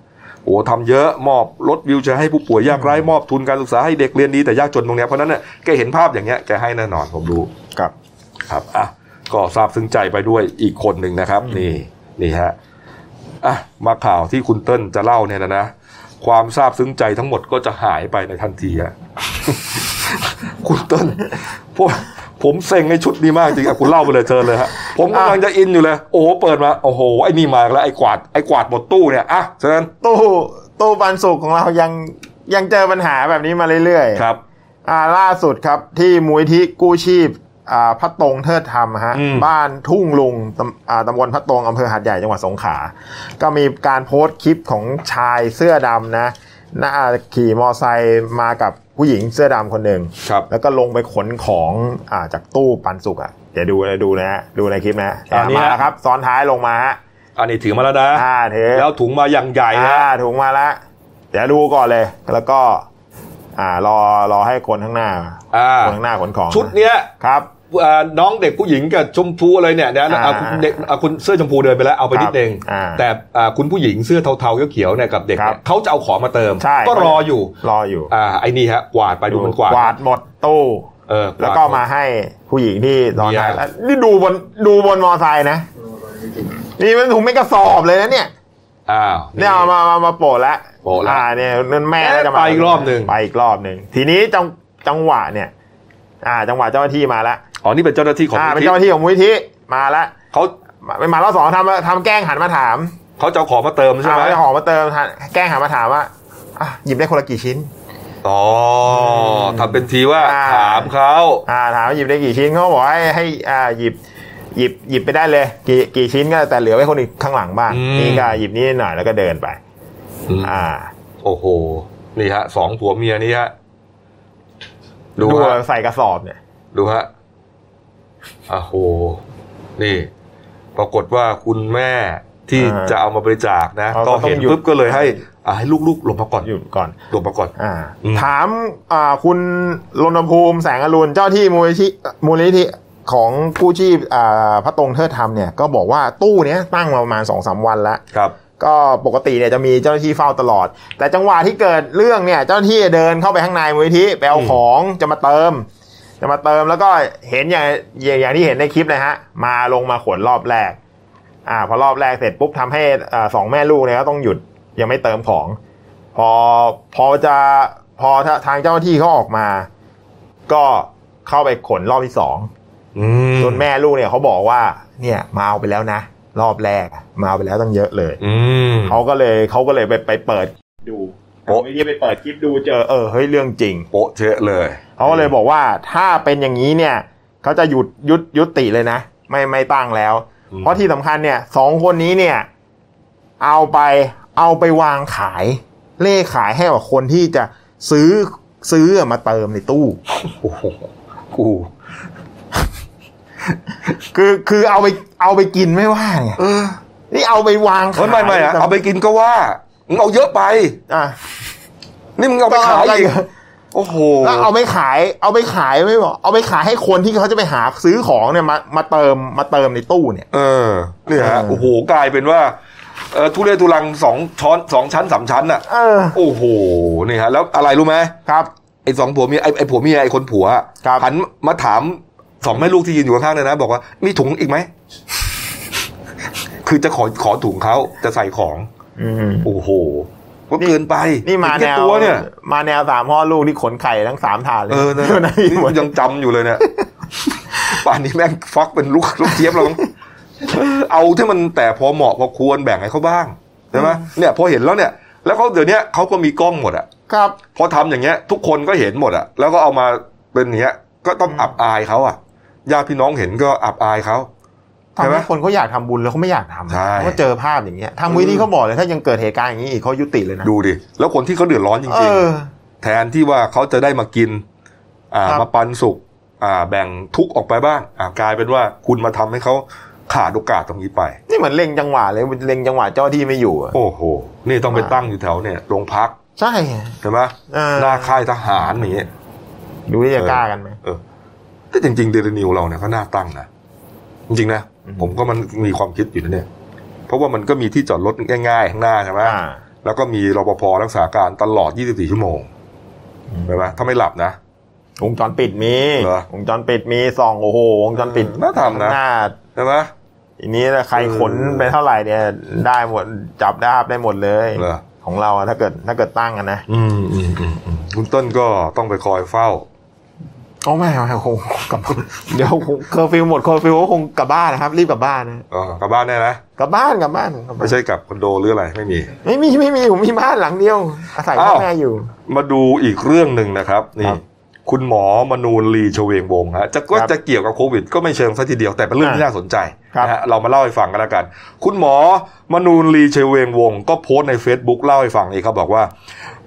อ้ทำเยอะมอบรถวิวแชร์ให้ผู้ป่วยยากไร้มอบทุนการศึกษาให้เด็กเรียนดีแต่ยากจนตรงเนี้ยเพราะฉะนั้นเนี่ยแกเห็นภาพอย่างเงี้ยแกให้แน่นอนผมรู้
ครับ
ครับอ่ะก็ซาบซึ้งใจไปด้วยอีกคนหนึ่งนะครับ นี่นี่ฮะอ่ะมาข่าวที่คุณเติ้ลจะเล่าเนี่ยนะนะ ความซาบซึ้งใจทั้งหมดก็จะหายไปในทันทีฮะ [LAUGHS] คุณเติ้ลผมผมเซ็งไอ้ชุดนี้มากจริงอ่ะคุณเล่าไปเลยเชิญเลยฮะผมกำลังจะอินอยู่เลย โอ้โหเปิดมา โอ้โหไอ้นี่มาแล้วไอ้กวาดไอ้กวาดหมดตู้เนี่ยอ่ะเชิญ
ตู้ตู้ปันสุกของเรายังยังเจอปัญหาแบบนี้มาเรื่อยๆ
ครับ
อ่าล่าสุดครับที่มูลที่กู้ชีพอ่าพัดตรงเทิดธรรมฮะ
อืม
บ้านทุ่งลุงตำอ่าตำบลพัดตรงอำเภอหาดใหญ่จังหวัดสงขลาก็มีการโพสต์คลิปของชายเสื้อดำนะหน้าขี่มอไซค์มากับผู้หญิงเสื้อดำคนหนึ่ง
ครับ
แล้วก็ลงไปขนของอาจากตู้ปันสุกอ่ะเดี๋ยวดูเลยดูนะฮะดูในคลิปนะฮะ
อันนี้
มา
ฮะ
แล้วครับซ้อนท้ายลงมาฮะ
อันนี้ถือมาแล้วนะ
อ่าเถอะ
แล้วถุงมาอย่างใหญ่นะ
อ่าถุงมาละเดี๋ยวดูก่อนเลย แล้วก็ อ่ารอรอให้คนข้างหน้า
อ่า
คนข้างหน้าขนของ
ชุดเนี้ย
ครับ
อ่าน้องเด็กผู้หญิงกับชมพูอะไรเนี่ยนะอ่ะ
อ่า
คุณเด็กอ่ะคุณเสื้อชมพูเดินไปแล้วเอาไปนิดนึง
อ่า
แต่อ่าคุณผู้หญิงเสื้อเทาๆเขียวๆเนี่ยกับเด็ก
ครั
เนี่ย
บ
เขาจะเอาของมาเติม
ใช่
ก็รออยู่
รออยู่
อ่าไอ้นี่ฮะกวาดไปดูมันกวาด
หมดตู้
เออ
แล้วก็
ดหด
มาให้ผู้หญิงที่นอน
เบียร์
ท้ายแล้วนี่ดูบนดูบนมอไซค์นะนี่มันถุงไม่กระสอบเลยนะเนี่ย
อ้าว
เนี่ยเอามามามาโปะละ
โปะละ
อ่าเนี่ยนั่นแม่
เอ๊ะ
น่าจะมา
ไปอีกรอบหนึ่ง
ไปอีกรอบหนึ่งทีนี้จังจังหวะเนี่ย อ่า จังหวะเจ้าหน้าที่มาละ
อ๋อนี่เป็นเจ้าหน้าที่ของ
อ่า
มูล
เป็น
นิธิ
เจ้าหน้าที่ของมูลที่มาละ
เขา
มาเป็นหมารอบสองทำทำแกล้งหันมาถาม
เขาจะเอาของมาเติมใช่ไหม
อ่าจะหอมมาเติมหันแกล้งหันมาถามว่าอ่ะหยิบได้คนละกี่ชิ้น
อ๋อทำเป็นทีว่า
อ่า
ถามเขา
อ่าถามว่าหยิบได้กี่ชิ้นเขาบอกให้ให้อ่าหยิบหยิบหยิบไปได้เลย กี่กี่ชิ้นก็แต่เหลือไว้คนอีกข้างหลังบ้างนี่ก็หยิบนี้หน่อยแล้วก็เดินไป
อืม
อ่า
โอ้โหนี่ฮะสองผัวเมียนี่ฮะ
ดู
ดูฮะ
ใส่กระสอบเนี่ย
ดูฮะอ้าวโห นี่ ปรากฏว่าคุณแม่ที่
อ่า
จะเอามาบริจาคนะ
เขาก็
ก็เห็น
ต้องหยุด
ปุ๊บก็เลยให้อ่าให้ลูกๆหลบมาก่อน
หยุดก่อน
หลบมาก่อน
อ่า
อืม
ถามอ่าคุณรณภูมิแสงอรุณเจ้าที่มูลนิธิมูลนิธิของกู้ชีพอ่าพระตรงเทิดธรรมเนี่ยก็บอกว่าตู้เนี้ยตั้งมาประมาณสองสามวันละ
ครับ
ก็ปกติเนี่ยจะมีเจ้าหน้าที่เฝ้าตลอด แต่จังหวะที่เกิดเรื่องเนี่ย เจ้าหน้าที่เดินเข้าไปข้างในมูลนิธิไปเอาของจะมาเติม จะมาเติมแล้วก็เห็นอย่างอย่างอย่างที่เห็นในคลิปเลยฮะ มาลงมาขนรอบแรก อ่าพอรอบแรกเสร็จปุ๊บทำให้อ่าสองแม่ลูกเนี่ยก็ต้องหยุดยังไม่เติมของ พอพอจะพอถ้าทางเจ้าหน้าที่เขาออกมา ก็เข้าไปขนรอบที่สอง
อืม
จนแม่ลูกเนี่ยเขาบอกว่า เนี่ยมาเอาไปแล้วนะ รอบแรกอะมาเอาไปแล้วตั้งเยอะเลย
อืม
เขาก็เลยเขาก็เลยไปไปเปิดดู
โอ๊ะ
ไม่ได้ไปเปิดคลิปดูเจอเออเฮ้ยเรื่องจริง
โปะเชะเลย
เขาก็เลยบอกว่าถ้าเป็นอย่างนี้เนี่ยเขาจะหยุดยุดยุติเลยนะ ไม่ไม่ตั้งแล้ว เพราะที่สำคัญเนี่ยสองคนนี้เนี่ย เอาไปเอาไปวางขาย เล่ขายให้กับคนที่จะซื้อซื้อมาเติมในตู้
โอ้โหกู
คือคือเอาไปเอาไปกินไม่ว่าไง
เออ
นี่เอาไปวางขา
เฮ้ย
ย
ไม่ไม่อะเอาไปกินก็ว่ามึงเอาเยอะไป
อ่ะ
นี่มึงเอาไปขายอีกโอ้โห
แล้วเอาไปขาย เอาไปขายไม่บอกเอาไปขายให้คนที่เขาจะไปหาซื้อของเนี่ยมามาเติมมาเติมในตู้เนี่ย
เออเนี่ยฮะ
เออ
โอ้โหกลายเป็นว่าเออทุเรศทุลังสองช้อนสองชั้นสามชั้นอ่ะ
เออ
โอ้โหนี่ฮะแล้วอะไรรู้ไหม
ครับ
ไอ้สองผัวเมียไอ้ไอ้ผัวเมียไอ้คนผัวอะ
ครับ
หันมาถามสองแม่ลูกที่ยืนอยู่ข้างๆเลยนะ บอกว่ามีถุงอีกไหม [LAUGHS] คือจะขอขอถุงเขาจะใส่ของ
อืม
โอ้โห ก็เกินไป
นี่มา
เห็
แน
ก่
ว
ตัวเนี่ย
มาแนวสามพ่อลูกที่ขนไข่ทั้งสามถาดเลย
เอ
[LAUGHS]
อนะ
ดี๋ยวนะ
นี่ยังจำอยู่เลยเนี่ย [LAUGHS] ป่านนี้แม่งฟักเป็นลูกลูกเทียบเรามั้ง [LAUGHS] เออเอาที่มันแต่พอเหมาะพอควรแบ่งให้เขาบ้างใช่ไหมเนี่ยพอเห็นแล้วเนี่ย แล้วเขาเดี๋ยวเนี้ยเขาก็มีกล้องหมดอะ
ครับ
พอทำอย่างเงี้ย ทุกคนก็เห็นหมดอะแล้วก็เอามาเป็นอย่างเงี้ย ก็ต้องอับอายเขาอะญาติพี่น้องเห็นก็อับอายเขา ใช่
ทำ
ไหม
ให้คนเขาอยากทำบุญแล้วเขาไม่อยากทำ
ใช่
เขาเจอภาพอย่างเงี้ยทางมูลที่เขาบอกเลยถ้ายังเกิดเหตุการณ์อย่างนี้อีกเขายุติเลยนะ
ดูดิ แล้วคนที่เขาเดือดร้อนจ
เอ
ริง
อ
ๆ แทนที่ว่าเขาจะได้มากิน อ่า
ครับ
มาปันสุกอ่า แบ่งทุกข์ออกไปบ้างอ่ากลายเป็นว่าคุณมาทำให้เขาขาดโอกาสตรงนี้ไป
นี่เหมือนเล็งจังหวะเลยเล็งจังหวะเจ้าที่ไม่อยู่อะ
โอ้โห นี่ต้องไปตั้งอยู่แถวเนี่ยโรงพัก
ใช่
ใช่ไหม
เออ
หน้าค่ายทหารอย่างเงี้ย
ดูที่จะกล้ากันไหม
เออแต่จริงๆเดลินิวเราเนี่ยก็น่าตั้งนะ จริงๆนะ
อืม
ผมก็มันมีความคิดอยู่นะเนี่ย เพราะว่ามันก็มีที่จอดรถง่ายๆข้างหน้าใช่ไหม
อ่า
แล้วก็มีรปภรักษาการตลอด 24 ชั่วโมงใช่ไหมถ้าไม่หลับนะ
วงจรปิดมี
เหรอ
วงจรปิดมีส่องโอ้โหวงจรปิด
เออน่าทำนะ
หน้า
ใช่ไหม
อันนี้นะใครขน
เออ
ไปเท่าไหร่เนี่ย ได้หมดจับได้ได้หมดเลย
เหรอ
ของเราอะถ้าเกิดถ้าเกิดตั้งกันนะ
อืมอืมอืมอืมคุณต้นก็ต้องไปคอยเฝ้า
โอ้ไม่ไม่คงกลับเดี๋ยวเคอร์ฟิวหมดเคอร์ฟิวก็คงกลับบ้านนะครับ รีบกลับบ้านนะ
เออกลับบ้านได้นะ
กลับบ้านกลับบ้านกลับบ้าน
ไม่ใช่กลับคอนโดหรืออะไรไม่มี
ไม่มีไม่มีผมมีบ้านหลังเดียว อาศัยพ่อ
อ้าว
แม่อยู่
มาดูอีกเรื่องหนึ่งนะครับ
ค
นี่
รับ
คุณหมอมนูนลีชเวงวงศ์ฮะจะก็
ครับ
จะเกี่ยวกับโควิด ก็ไม่เชิงซะทีเดียวแต่เป็นเรื่อง
อ่า
ที่น่าสนใจ
ครับ
นะฮะเรามาเล่าให้ฟังกันแล้วกัน คุณหมอมนูนลีชเวงวงศ์ก็โพสต์ใน Facebook เล่าให้ฟังนี่ครับบอกว่า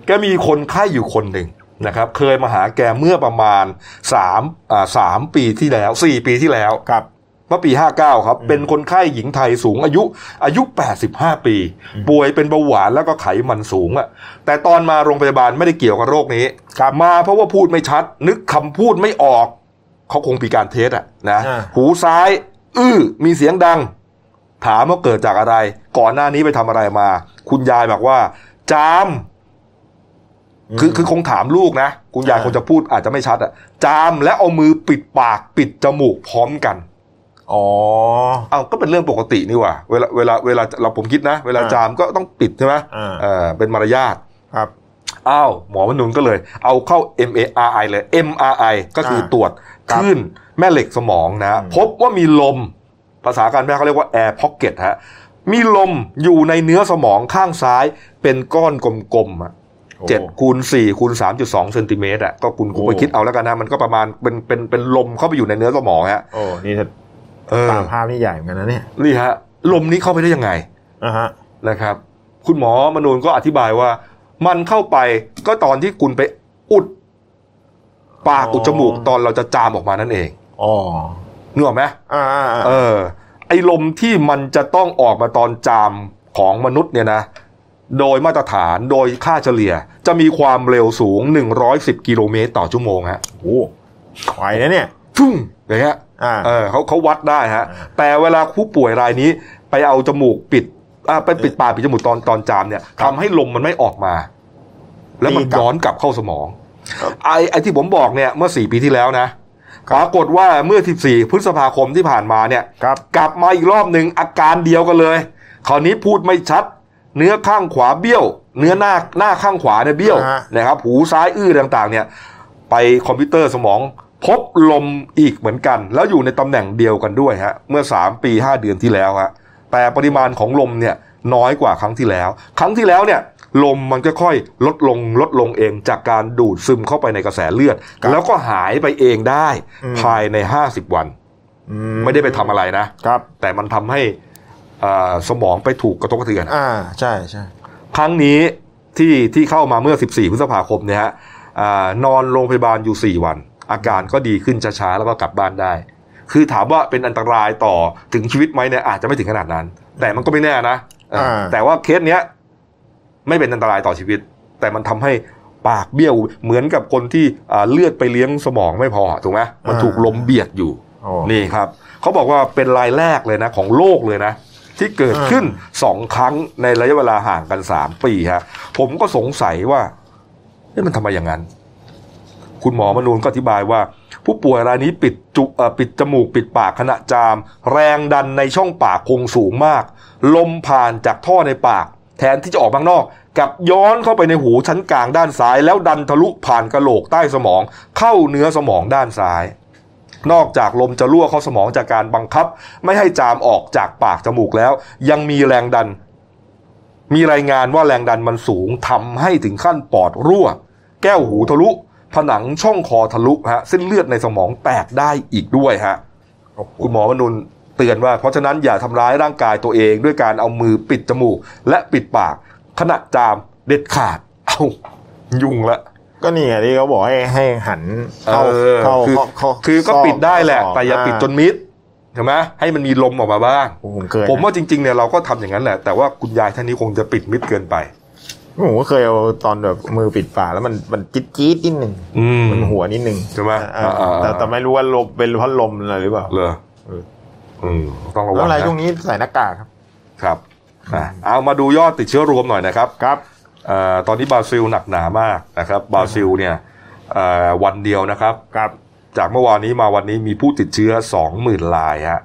แกมีคนไข้อยู่คนหนึ่งนะครับ เคยมาหาแกเมื่อประมาณสามอ่าสามปีที่แล้วสี่ปีที่แล้ว
ครับ
เมื่อปี 59 ครับ เป็นคนไข้หญิงไทยสูงอายุอายุ 85 ปี ป่วยเป็นเบาหวานแล้วก็ไขมันสูงอะแต่ตอนมาโรงพยาบาลไม่ได้เกี่ยวกับโรคนี้ มาเพราะว่าพูดไม่ชัด นึกคำพูดไม่ออก เขาคงปีการเทสอะนะ
อ่า
หูซ้าย อื้อ มีเสียงดัง ถามว่าเกิดจากอะไร ก่อนหน้านี้ไปทำอะไรมา คุณยายบอกว่า จาม คือคือคงถามลูกนะ คุณยาย
อ่า
คงจะพูดอาจจะไม่ชัดอะจามและเอามือปิดปากปิดจมูกพร้อมกัน
อ๋อ
เอาก็เป็นเรื่องปกตินี่หว่าเวลาเวลาเวลาเราผมคิดนะ เวลา
อ่า
จามก็ต้องปิดใช่ไหม
อ่า
เออเป็นมารยาท
ครับ
อ้าวหมอมนุนก็เลย เอาเข้า MRI เลย MRI ก็คือ
อ่า
ตรวจ
ครับ
คลื่นแม่เหล็กสมองนะ
อืม
พบว่ามีลม ภาษาการแพทย์เขาเรียกว่า air pocket ฮะมีลมอยู่ในเนื้อสมองข้างซ้ายเป็นก้อนกลมๆอะ เจ็ด
โอ้
คูณสี่คูณสามจุดสองเซนติเมตรอ่ะก็คุณคุณ
โอ้
ไปคิดเอาแล้วกันนะมันก็ประมาณเป็นเป็นเป็นลมเข้าไปอยู่ในเนื้อสมองฮะ
โอ้นี่ถ้า
เออ
ตามภาพนี่ใหญ่เหมือนกันนะเนี่ย
นี่ฮะ ลมนี้เข้าไปได้ยังไง
อ่ะฮะ
นะครับ คุณหมอมนูนก็อธิบายว่า มันเข้าไปก็ตอนที่คุณไปอุด ปาก
อ๋ออุ
อุดจมูกตอนเราจะจามออกมานั่นเอง
อ๋อ
นึกออกไหม
อ่าอ่าอ่า
เออ ไอ้ลมที่มันจะต้องออกมาตอนจามของมนุษย์เนี่ยนะ โดยมาตรฐานโดยค่าเฉลี่ย จะมีความเร็วสูง 110 กิโลเมตรต่อชั่วโมงฮะ
โอ้ไหวนะเนี่ย
ทุ่งอย่างเงี้ย
อ่า
เออเขาเขาวัดได้ฮะ
อ่า
แต่เวลาผู้ป่วยรายนี้ไปเอาจมูกปิดอ่าไปปิดปากปิดจมูกตอนตอนจามเนี่ยทำให้ลมมันไม่ออกมา แล้วมันย้อนกลับเข้าสมองไอ้ไอ้ที่ผมบอกเนี่ยเมื่อสี่ปีที่แล้วนะปรากฏว่าเมื่อ 14 พฤษภาคมที่ผ่านมาเนี่ย
ครับ
กลับมาอีกรอบหนึ่งอาการเดียวกันเลย คราวนี้พูดไม่ชัด เนื้อข้างขวาเบี้ยว เนื้อหน้าหน้าข้างขวาเนี่ยเบี้ยว
อ่าฮะ
นะครับ หูซ้ายอื้อต่างๆ เนี่ย ไปคอมพิวเตอร์สมอง พบลมอีกเหมือนกัน แล้วอยู่ในตำแหน่งเดียวกันด้วยฮะเมื่อ 3 ปี 5 เดือนที่แล้วฮะแต่ปริมาณของลมเนี่ยน้อยกว่าครั้งที่แล้ว ครั้งที่แล้วเนี่ย ลมมันก็ค่อยลดลงลดลงเองจากการดูดซึมเข้าไปในกระแสเลือด
ครับ
แล้วก็หายไปเองได้
อืม
ภายใน 50 วัน
อื
ไม่ได้ไปทำอะไรนะ
ครับ
แต่มันทำให้อ่าสมองไปถูกกระทบกระเทือน
อ่าใช่ใช่
ครั้งนี้ที่ที่เข้ามาเมื่อ 14 พฤษภาคมเนี่ยฮะอ่านอนโรงพยาบาลอยู่ 4 วัน อาการก็ดีขึ้นช้าๆ แล้วก็กลับบ้านได้ คือถามว่าเป็นอันตรายต่อถึงชีวิตไหมเนี่ยอาจจะไม่ถึงขนาดนั้น แต่มันก็ไม่แน่นะเออ
อ่า
แต่ว่าเคสเนี้ยไม่เป็นอันตรายต่อชีวิต แต่มันทำให้ปากเบี้ยวเหมือนกับคนที่อ่าเลือดไปเลี้ยงสมองไม่พอถูกไหมมันถูกลมเบียดอยู่
โอ้
นี่ครับเขาบอกว่าเป็นรายแรกเลยนะ ของโลกเลยนะ ที่เกิดขึ้นสองครั้งในระยะเวลาห่างกันสามปีฮะผมก็สงสัยว่าเอ๊ะมันทำไมอย่างนั้น คุณหมอมนูนก็อธิบายว่า ผู้ป่วยรายนี้ปิดจุเอ่อปิดจมูกปิดปากขณะจาม แรงดันในช่องปากคงสูงมาก ลมผ่านจากท่อในปาก แทนที่จะออกข้างนอกกลับย้อนเข้าไปในหูชั้นกลางด้านซ้าย แล้วดันทะลุผ่านกระโหลกใต้สมอง เข้าเนื้อสมองด้านซ้าย นอกจากลมจะรั่วเข้าสมองจากการบังคับ ไม่ให้จามออกจากปากจมูกแล้ว ยังมีแรงดัน มีรายงานว่าแรงดันมันสูงทำให้ถึงขั้นปอดรั่ว แก้วหูทะลุ ผนังช่องคอทะลุฮะเส้นเลือดในสมองแตกได้อีกด้วยฮะ
โอ้โห
คุณหมอมนุนเตือนว่า เพราะฉะนั้นอย่าทำร้ายร่างกายตัวเองด้วยการเอามือปิดจมูก และปิดปาก ขณะจามเด็ดขาด เอายุ่งละ
ก็นี่ไงที่เขาบอกให้ให้หันเข้า
เออ
เข้า
คือ
เข้าเข้า
คือก็
ซ
ปิดได้แหละ
เข้
แต่อย่าปิดจนมิดใช่ไหมให้มันมีลมออกมาบ้าง
โอ้ผมเคย
ผมว่าจริงๆเนี่ยเราก็ทำอย่างนั้นแหละ แต่ว่าคุณยายท่านนี้คงจะปิดมิดเกินไป
ผมก็เคยเอาตอนแบบมือปิดฝาแล้วมันมันจี๊ดจี๊ดนิดหนึ่ง
อืม
มันหัวนิดหนึ่ง
ใช่ไหม
อ่า
อ่าอ่า
แต่แต่ไม่รู้ว่าลมเป็นเพราะลมอะไรหรือเปล่า
เหรอ
เออ
อืมต้องระวัง
แล้วอะไร
นะ
ช่วงนี้ใส่หน้ากากครับ
ครับ อ่ะเอามาดูยอดติดเชื้อรวมหน่อยนะครับ
ครับ
เอ่อตอนนี้บราซิลหนักหนามากนะครับบราซิลเนี่ยเอ่อวันเดียวนะครับ
ครับ
จากเมื่อวานนี้มาวันนี้มีผู้ติดเชื้อ 20,000รายฮะ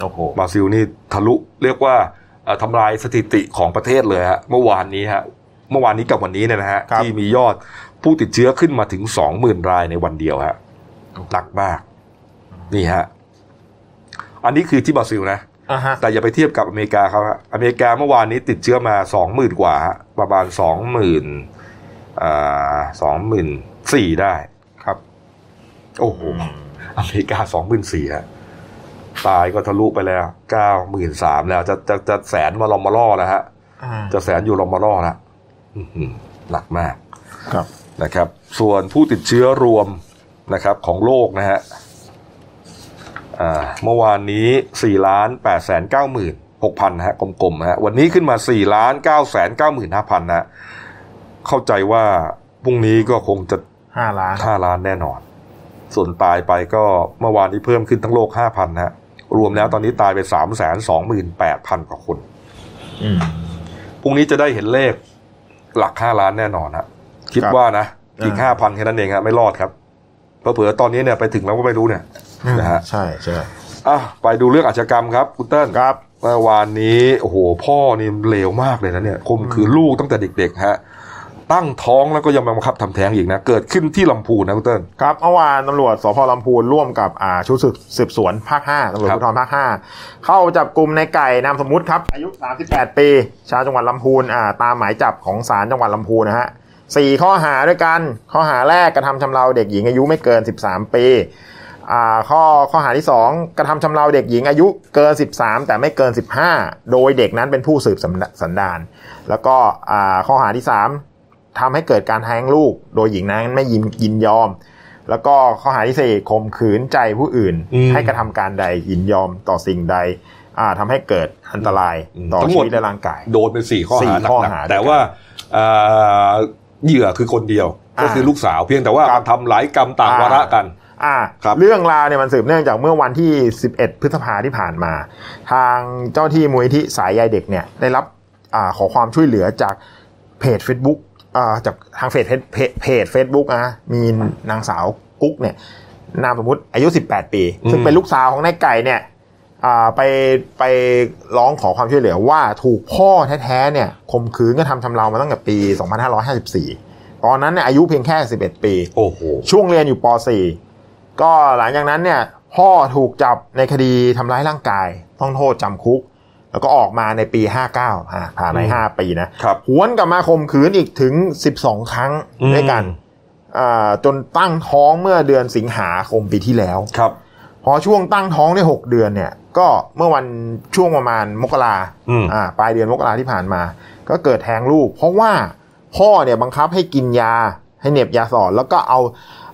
โอ้โห
บราซิลนี่ทะลุเรียกว่าเอ่อทำลายสถิติของประเทศเลยฮะเมื่อวานนี้ฮะเมื่อวานนี้กับวันนี้เนี่ยนะฮะ
ครับ
ที่มียอดผู้ติดเชื้อขึ้นมาถึง 20,000 รายในวันเดียวฮะหนักมากนี่ฮะอันนี้คือที่บราซิลนะ
อ่าฮะ
แต่อย่าไปเทียบกับอเมริกาครับอเมริกาเมื่อวานนี้ติดเชื้อมาสองหมื่นกว่าฮะประมาณสองหมื่นสองหมื่นสี่ได้ครับ โอ้โหอเมริกาสองหมื่นสี่ฮะตายก็ทะลุไปแล้วเก้าหมื่นสามแล้วจะจะจะแสนมาลอมมาล่อแล้วฮะ จะแสนอยู่ลอมมาล่อแล้วอื้อหือหนักมาก
ครับ
นะครับ ส่วนผู้ติดเชื้อรวมนะครับของโลกนะฮะอ่าเมื่อวานนี้4ล้าน8แสน9หมื่น6พันะฮะกลมๆนะฮะวันนี้ขึ้นมา4ล้าน9แสน9หมื่น5พันนะฮะเข้าใจว่าพรุ่งนี้ก็คงจะ
ห้าล้าน
5 ล้านแน่นอน ส่วนตายไปก็เมื่อวานนี้เพิ่มขึ้นทั้งโลก 5,000นะฮะรวมแล้วตอนนี้ตายไป 3 2 8 0 0 0กว่าคน
อืม
พรุ่งนี้จะได้เห็นเลขหลักห้าล้านแน่นอนฮะคิด
ครับ
ว่านะอีก
อ่า
ห้าพันแค่นั้นเองฮะไม่รอดครับเผื่อๆตอนนี้เนี่ยไปถึงแล้วก็ไม่รู้เนี่ยนะฮะ
ใช่ใช่
อ่ะไปดูเรื่องอาชญากรรมครับคุณเติ้ล
ครับ
เมื่อวานนี้โอ้โหพ่อนี่เลวมากเลยนะเนี่ยข่มขืนลูกตั้งแต่เด็ก ๆ ฮะ ตั้งท้องแล้วก็ยังมาบังคับทำแท้งอีกนะ เกิดขึ้นที่ลำพูนนะคุณเติ้ล
ครับเมื่อวานตำรวจสพลำพูนร่วมกับอ่าชุดสืบสืบสวนภาค 5ตำรวจ
ครับ
ภูธรภาค 5 เข้าจับกลุ่มในไก่นามสมมุติครับ อายุ 38 ปี ชาวจังหวัดลำพูนอ่าตามหมายจับของศาลจังหวัดลำพูนนะฮะสี่ข้อหาด้วยกัน ข้อหาแรกกระทำชำเราเด็กหญิงอายุไม่เกิน 13 ปีอ่าข้อข้อหาที่ 2 กระทำชำเราเด็กหญิงอายุเกิน 13 แต่ไม่เกิน 15 โดยเด็กนั้นเป็นผู้สืบสันดสันดาน แล้วก็อ่าข้อหาที่ 3ทำให้เกิดการแท้งลูก โดยหญิงนั้นไม่ยินยินยอม แล้วก็ข้อหาที่สี่ข่มขืนใจผู้อื่น
อืม
ให้กระทำการใดยินยอมต่อสิ่งใดอ่าทำให้เกิดอันตราย
อืม
ต่อ
ทั้งห
ชี
มด
วิตและร่างกาย
โดนไปสี่ข้อ
สี่
หา
ข้อ
หนัก
หา
ๆแต่ว่าอ่าเหยื่อคือคนเดียว ก็คือลูกสาวเพียงแต่ว่า
ครับ
มันทำหลายกรรมต่างวาระกัน
อ่า
ครับ
เรื่องราวเนี่ยมันสืบเนื่องจากเมื่อวันที่ 11 พฤษภาที่ผ่านมา ทางเจ้าที่มูลนิธิสายใยเด็กเนี่ยได้รับอาขอความช่วยเหลือจากเพจ Facebook อ่าจากทางเพจเพจเพจ Facebook นะมีนางสาวกุ๊กเนี่ยนามสมมติอายุ 18 ปี ซึ่งเป็นลูกสาวของนายไก่เนี่ยอ่าไปไปร้องขอความช่วยเหลือว่าถูกพ่อแท้ๆเนี่ยข่มขืนกระทำชำเรามาตั้งแต่ปี 2554 ตอนนั้นเนี่ยอายุเพียงแค่ 11 ปี
โอ้โห
ช่วงเรียนอยู่ป .4 ก็หลังจากนั้นเนี่ยพ่อถูกจับในคดีทำร้ายร่างกาย ต้องโทษจำคุก แล้วก็ออกมาในปี 59อ่าผ่านไป
อืม
5ปีนะครับ หวนกลับมาข่มขืนอีกถึง 12 ครั้ง
อืม
ด้วยกันอ่าจนตั้งท้องเมื่อเดือนสิงหาคมปีที่แล้ว
ครับ
พอช่วงตั้งท้องได้หกเดือนเนี่ยก็เมื่อวันช่วงประมาณมกรา
อืม
อ่าปลายเดือนมกราที่ผ่านมา ก็เกิดแท้งลูก เพราะว่าพ่อเนี่ยบังคับให้กินยาให้เหน็บยาสอดแล้วก็เอา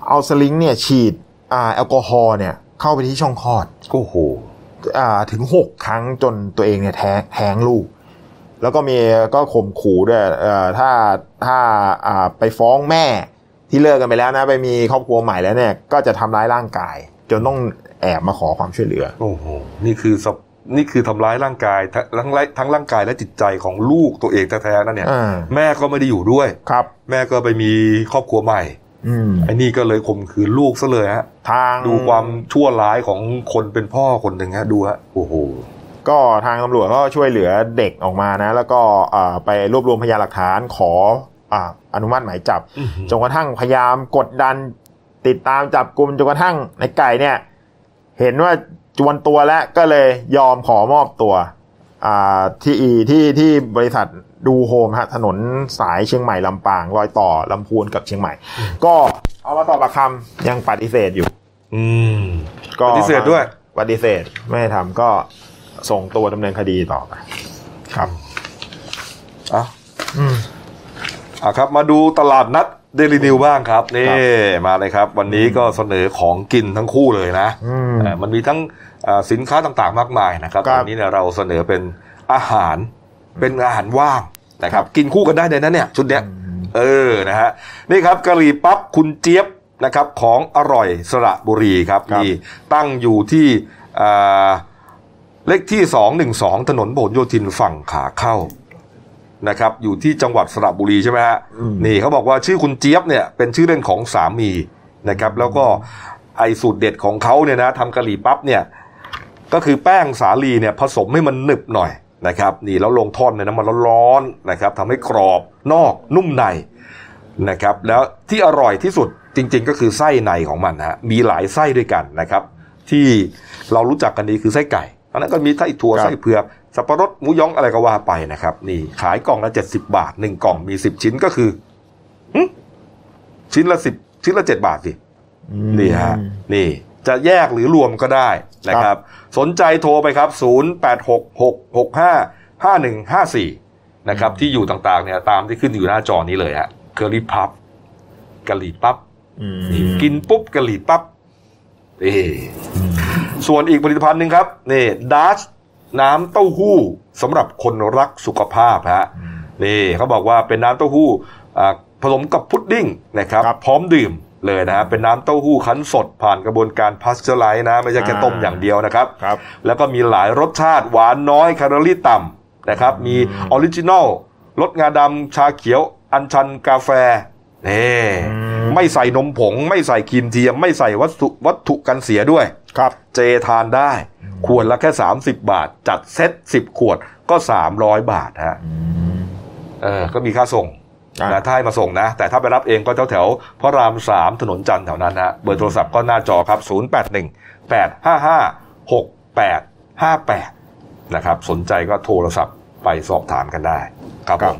เอาสลิงเนี่ยฉีดอ่าแอลกอฮอล์เนี่ยเข้าไปที่ช่องคลอด
โอ้โห
อ่าถึงหกครั้งจนตัวเองเนี่ยแท้งแท้งลูก แล้วก็มีก็ข่มขู่ด้วยเอ่อถ้าถ้าอ่าไปฟ้องแม่ที่เลิกกันไปแล้วนะ ไปมีครอบครัวใหม่แล้วเนี่ยก็จะทำร้ายร่างกาย จนต้องแอบมาขอความช่วยเหลือ
โอ้โห นี่คือสภนี่คือทำร้ายร่างกายทั้งทั้งไร้ทั้งร่างกายและจิตใจของลูกตัวเองแท้ๆนั่นเนี่ย
อ่า
แม่ก็ไม่ได้อยู่ด้วย
ครับ
แม่ก็ไปมีครอบครัวใหม่
อืม
ไอ้นี่ก็เลยข่มขืนลูกซะเลยฮะ
ทาง
ดูความชั่วร้ายของคนเป็นพ่อคนหนึ่งฮะดูฮะโอ้โห
ก็ทางตำรวจก็ช่วยเหลือเด็กออกมานะ แล้วก็อ่าไปรวบรวมพยานหลักฐานขออ่าอนุมัติหมายจับ
อื้อหือ
จนกระทั่งพยายามกดดัน ติดตามจับกลุ่มจนกระทั่งในไก่เนี่ย เห็นว่าจวนตัวแล้วก็เลยยอมขอมอบตัวอ่าที่อีที่ที่บริษัทดูโฮมฮะถนนสายเชียงใหม่ลำปางรอยต่อลำพูนกับเชียงใหม่ ก็เอามาตอบปากคำยังปฏิเสธอยู่
อืม
ก็
ปฏิเสธด้วย
ปฏิเสธไม่ให้ทำก็ส่งตัวดำเนินคดีต่อไป ครับ
อ่ะอ่ะครับ มาดูตลาดนัดเดลินิวบ้างครับ นี่
ครับ
มาเลยครับ วันนี้ก็เสนอของกินทั้งคู่เลยนะ
อืม
เอ่อมันมีทั้งเอ่อสินค้าต่างๆ มากมายนะครับ
ครับ
วันนี้เนี่ยเราเสนอเป็นอาหารเป็นอาหารว่างนะครับ กินคู่กันได้เลยนะเนี่ยชุดเนี้ยเออนะฮะนี่ครับกะหรี่ปั๊บคุณเจี๊ยบนะครับของอร่อยสระบุรีครับนี่ตั้งอยู่ที่อ่า เลขที่ 212 ถนนโบนโยธินฝั่งขาเข้านะครับ อยู่ที่จังหวัดสระบุรีใช่ไหมฮะนี่เขาบอกว่าชื่อคุณเจี๊ยบเนี่ยเป็นชื่อเล่นของสามีนะครับ แล้วก็ไอสูตรเด็ดของเขาเนี่ยนะทำกะหรี่ปั๊บเนี่ย ก็คือแป้งสาลีเนี่ยผสมให้มันหนึบหน่อยนะครับ นี่แล้วลงทอดในน้ำมันร้อนๆนะครับทำให้กรอบนอกนุ่มในนะครับ แล้วที่อร่อยที่สุดจริง ๆ ก็คือไส้ในของมันนะฮะมีหลายไส้ด้วยกันนะครับ ที่เรารู้จักกันดีคือไส้ไก่อันนั้นก็มีไส้ถั่ว
ครับ
ไส้เผือกสับปะรดหมูยองอะไรก็ว่าไปนะครับ นี่ขายกล่องละเจ็ดสิบาทหนึ่งกล่องมีสิบชิ้นก็คือหึชิ้นละสิบชิ้นละเจ็ดบาทสิ นี่ฮะนี่จะแยกหรือรวมก็ได้นะครับ สนใจโทรไปครับ 0866655154 นะครับ ที่อยู่ต่างๆเนี่ยตามที่ขึ้นอยู่หน้าจอนี้เลยฮะเกอรี่พับกะหรี่ปั๊บ
อืม
นี่กินปุ๊บกะหรี่ปั๊บนี่ส่วนอีกผลิตภัณฑ์หนึ่งครับนี่ดัชน้ำเต้าหู้สำหรับคนรักสุขภาพฮะนี่เขาบอกว่าเป็นน้ำเต้าหู้อ่าผสมกับพุดดิ้งนะครับ
ครับ
พร้อมดื่มเลยนะฮะเป็นน้ำเต้าหู้คั้นสดผ่านกระบวนการพาสเจอร์ไลซ์นะ ไม่ใช่แค่ต้มอย่างเดียวนะครับ
ครับ
แล้วก็มีหลายรสชาติหวานน้อยแคลอรี่ต่ำนะครับ มีออริจินอลรสงาดำชาเขียว อัญชันกาแฟนี่ไม่ใส่นมผง ไม่ใส่ครีมเทียม ไม่ใส่วัตถุวัตถุกันเสียด้วย
ครับ
เจทานได้ ขวดละแค่ 30 บาท จัดเซ็ต10 ขวดก็ 300 บาทฮะเออก็มีค่าส่ง
อ่าน
นะถ้าให้มาส่งนะ แต่ถ้าไปรับเองก็แถวแถวๆพระรามสามถนนจันทร์แถวนั้นฮะเบอร์โทรศัพท์ก็หน้าจอครับ 0 8 1 8 5 5 6 8 5 8 นะครับ สนใจก็โทรศัพท์ไปสอบถามกันได้ ครับผม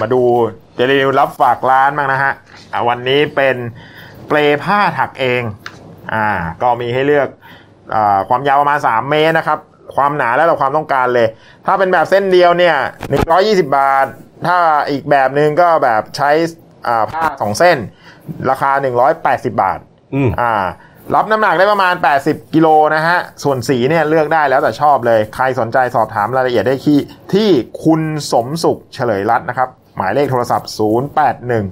มาดูเดลิวรับฝากร้านบ้างนะฮะอ่ะวันนี้เป็นเปลผ้าถักเองอ่าก็มีให้เลือกอาความยาวประมาณ 3 เมตรนะครับ ความหนาแล้วแต่ความต้องการเลย ถ้าเป็นแบบเส้นเดียวเนี่ย120 บาท ถ้าอีกแบบหนึ่งก็แบบใช้อ่าผ้าสองเส้น ราคา 180 บาท
อืม
อ่ารับน้ำหนักได้ประมาณ 80 กิโลนะฮะ ส่วนสีเนี่ยเลือกได้แล้วแต่ชอบเลย ใครสนใจสอบถามรายละเอียดได้ที่ที่คุณสมสุขเฉลยรัตน์นะครับ หมายเลขโทรศัพท์ 081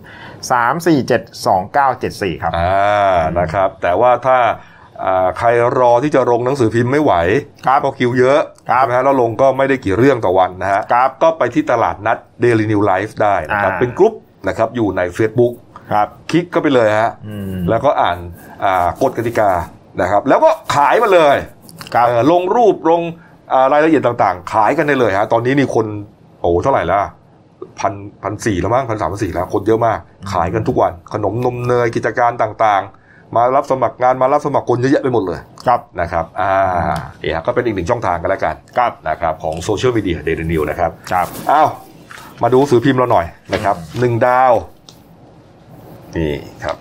347 2974 ครับ
อ่านะครับ แต่ว่าถ้าอ่าใครรอที่จะลงหนังสือพิมพ์ไม่ไหว
ครับ
ก็คิวเยอะ
ครับ
ใช่ไหมฮะแล้วลงก็ไม่ได้กี่เรื่องต่อวันนะฮะ
ครับ
ก็ไปที่ตลาดนัด Daily New Life ได้นะครับ
อ่า
เป็นกรุ๊ปนะครับอยู่ใน Facebook
ครับ
คลิกก็ไปเลยฮะ
อืม
แล้วก็อ่านอ่ากฎกติกานะครับ แล้วก็ขายมาเลย
ครับ
เอ่อลงรูปลงอ่ารายละเอียดต่างๆ ขายกันได้เลยฮะตอนนี้นี่คนโอ้โหเท่าไหร่ละพันพันสี่แล้วมั้งพันสามพันสี่แล้วคนเยอะมาก ขายกันทุกวัน ขนมนมเนยกิจการต่างๆ มารับสมัครงานมารับสมัครคนเยอะแยะไปหมดเลย
ครับ
นะครับอ่าเนี่ยก็เป็นอีกหนึ่งช่องทางกันแล้วกัน
ครับ
นะครับของโซเชียลมีเดียเดลินิวนะครับ
ครับ
อ้าวมาดูหนังสือพิมพ์เราหน่อยนะครับหนึ่งดาว นี่ครับ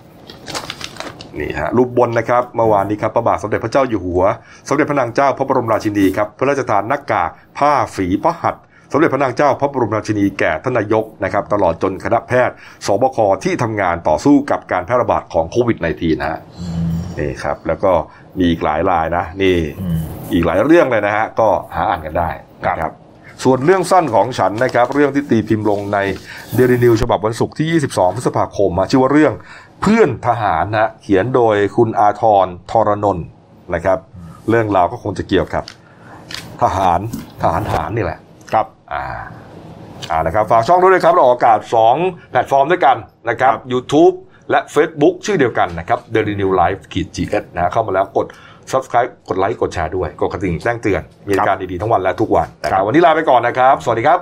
นี่ฮะรูปบนนะครับเมื่อวานนี้ครับพระบาทสมเด็จพระเจ้าอยู่หัว สมเด็จพระนางเจ้าพระบรมราชินีครับพระราชทานหน้ากากผ้าฝีพระหัตถ์สมเด็จพระนางเจ้าพระบรมราชินีแก่ท่านนายกนะครับ ตลอดจนคณะแพทย์สบคที่ทำงานต่อสู้กับการแพร่ระบาดของโควิด -19 นะฮะนี่ครับ แล้วก็มีอีกหลายรายนะ นี่ อีกหลายเรื่องเลยนะฮะก็หาอ่านกันได้นะครับ ส่วนเรื่องสั้นของฉันนะครับ เรื่องที่ตีพิมพ์ลงในเดลินิวฉบับวันศุกร์ที่ 22 พฤษภาคมมาชื่อว่าเรื่องเพื่อนทหารนะฮะเขียนโดยคุณอาทรทรนนท์นะครับ เรื่องราวก็คงจะเกี่ยวกับ ทหารทหารทหารนี่แหละ
ครับ
อ่าอ่านะครับฝากช่องด้วยนะครับเราออกอากาศ 2 แพลตฟอร์มด้วยกันนะครับ YouTube และ Facebook ชื่อเดียวกันนะครับ Daily New Life ขีดจีเนะฮะเข้ามาแล้วกด subscribe กดไลค์กดแชร์ด้วย กดกระดิ่งแจ้งเตือน มีรายการดีๆทั้งวันและทุกวันนะครับวันนี้ลาไปก่อนนะครับ สวัสดีครับ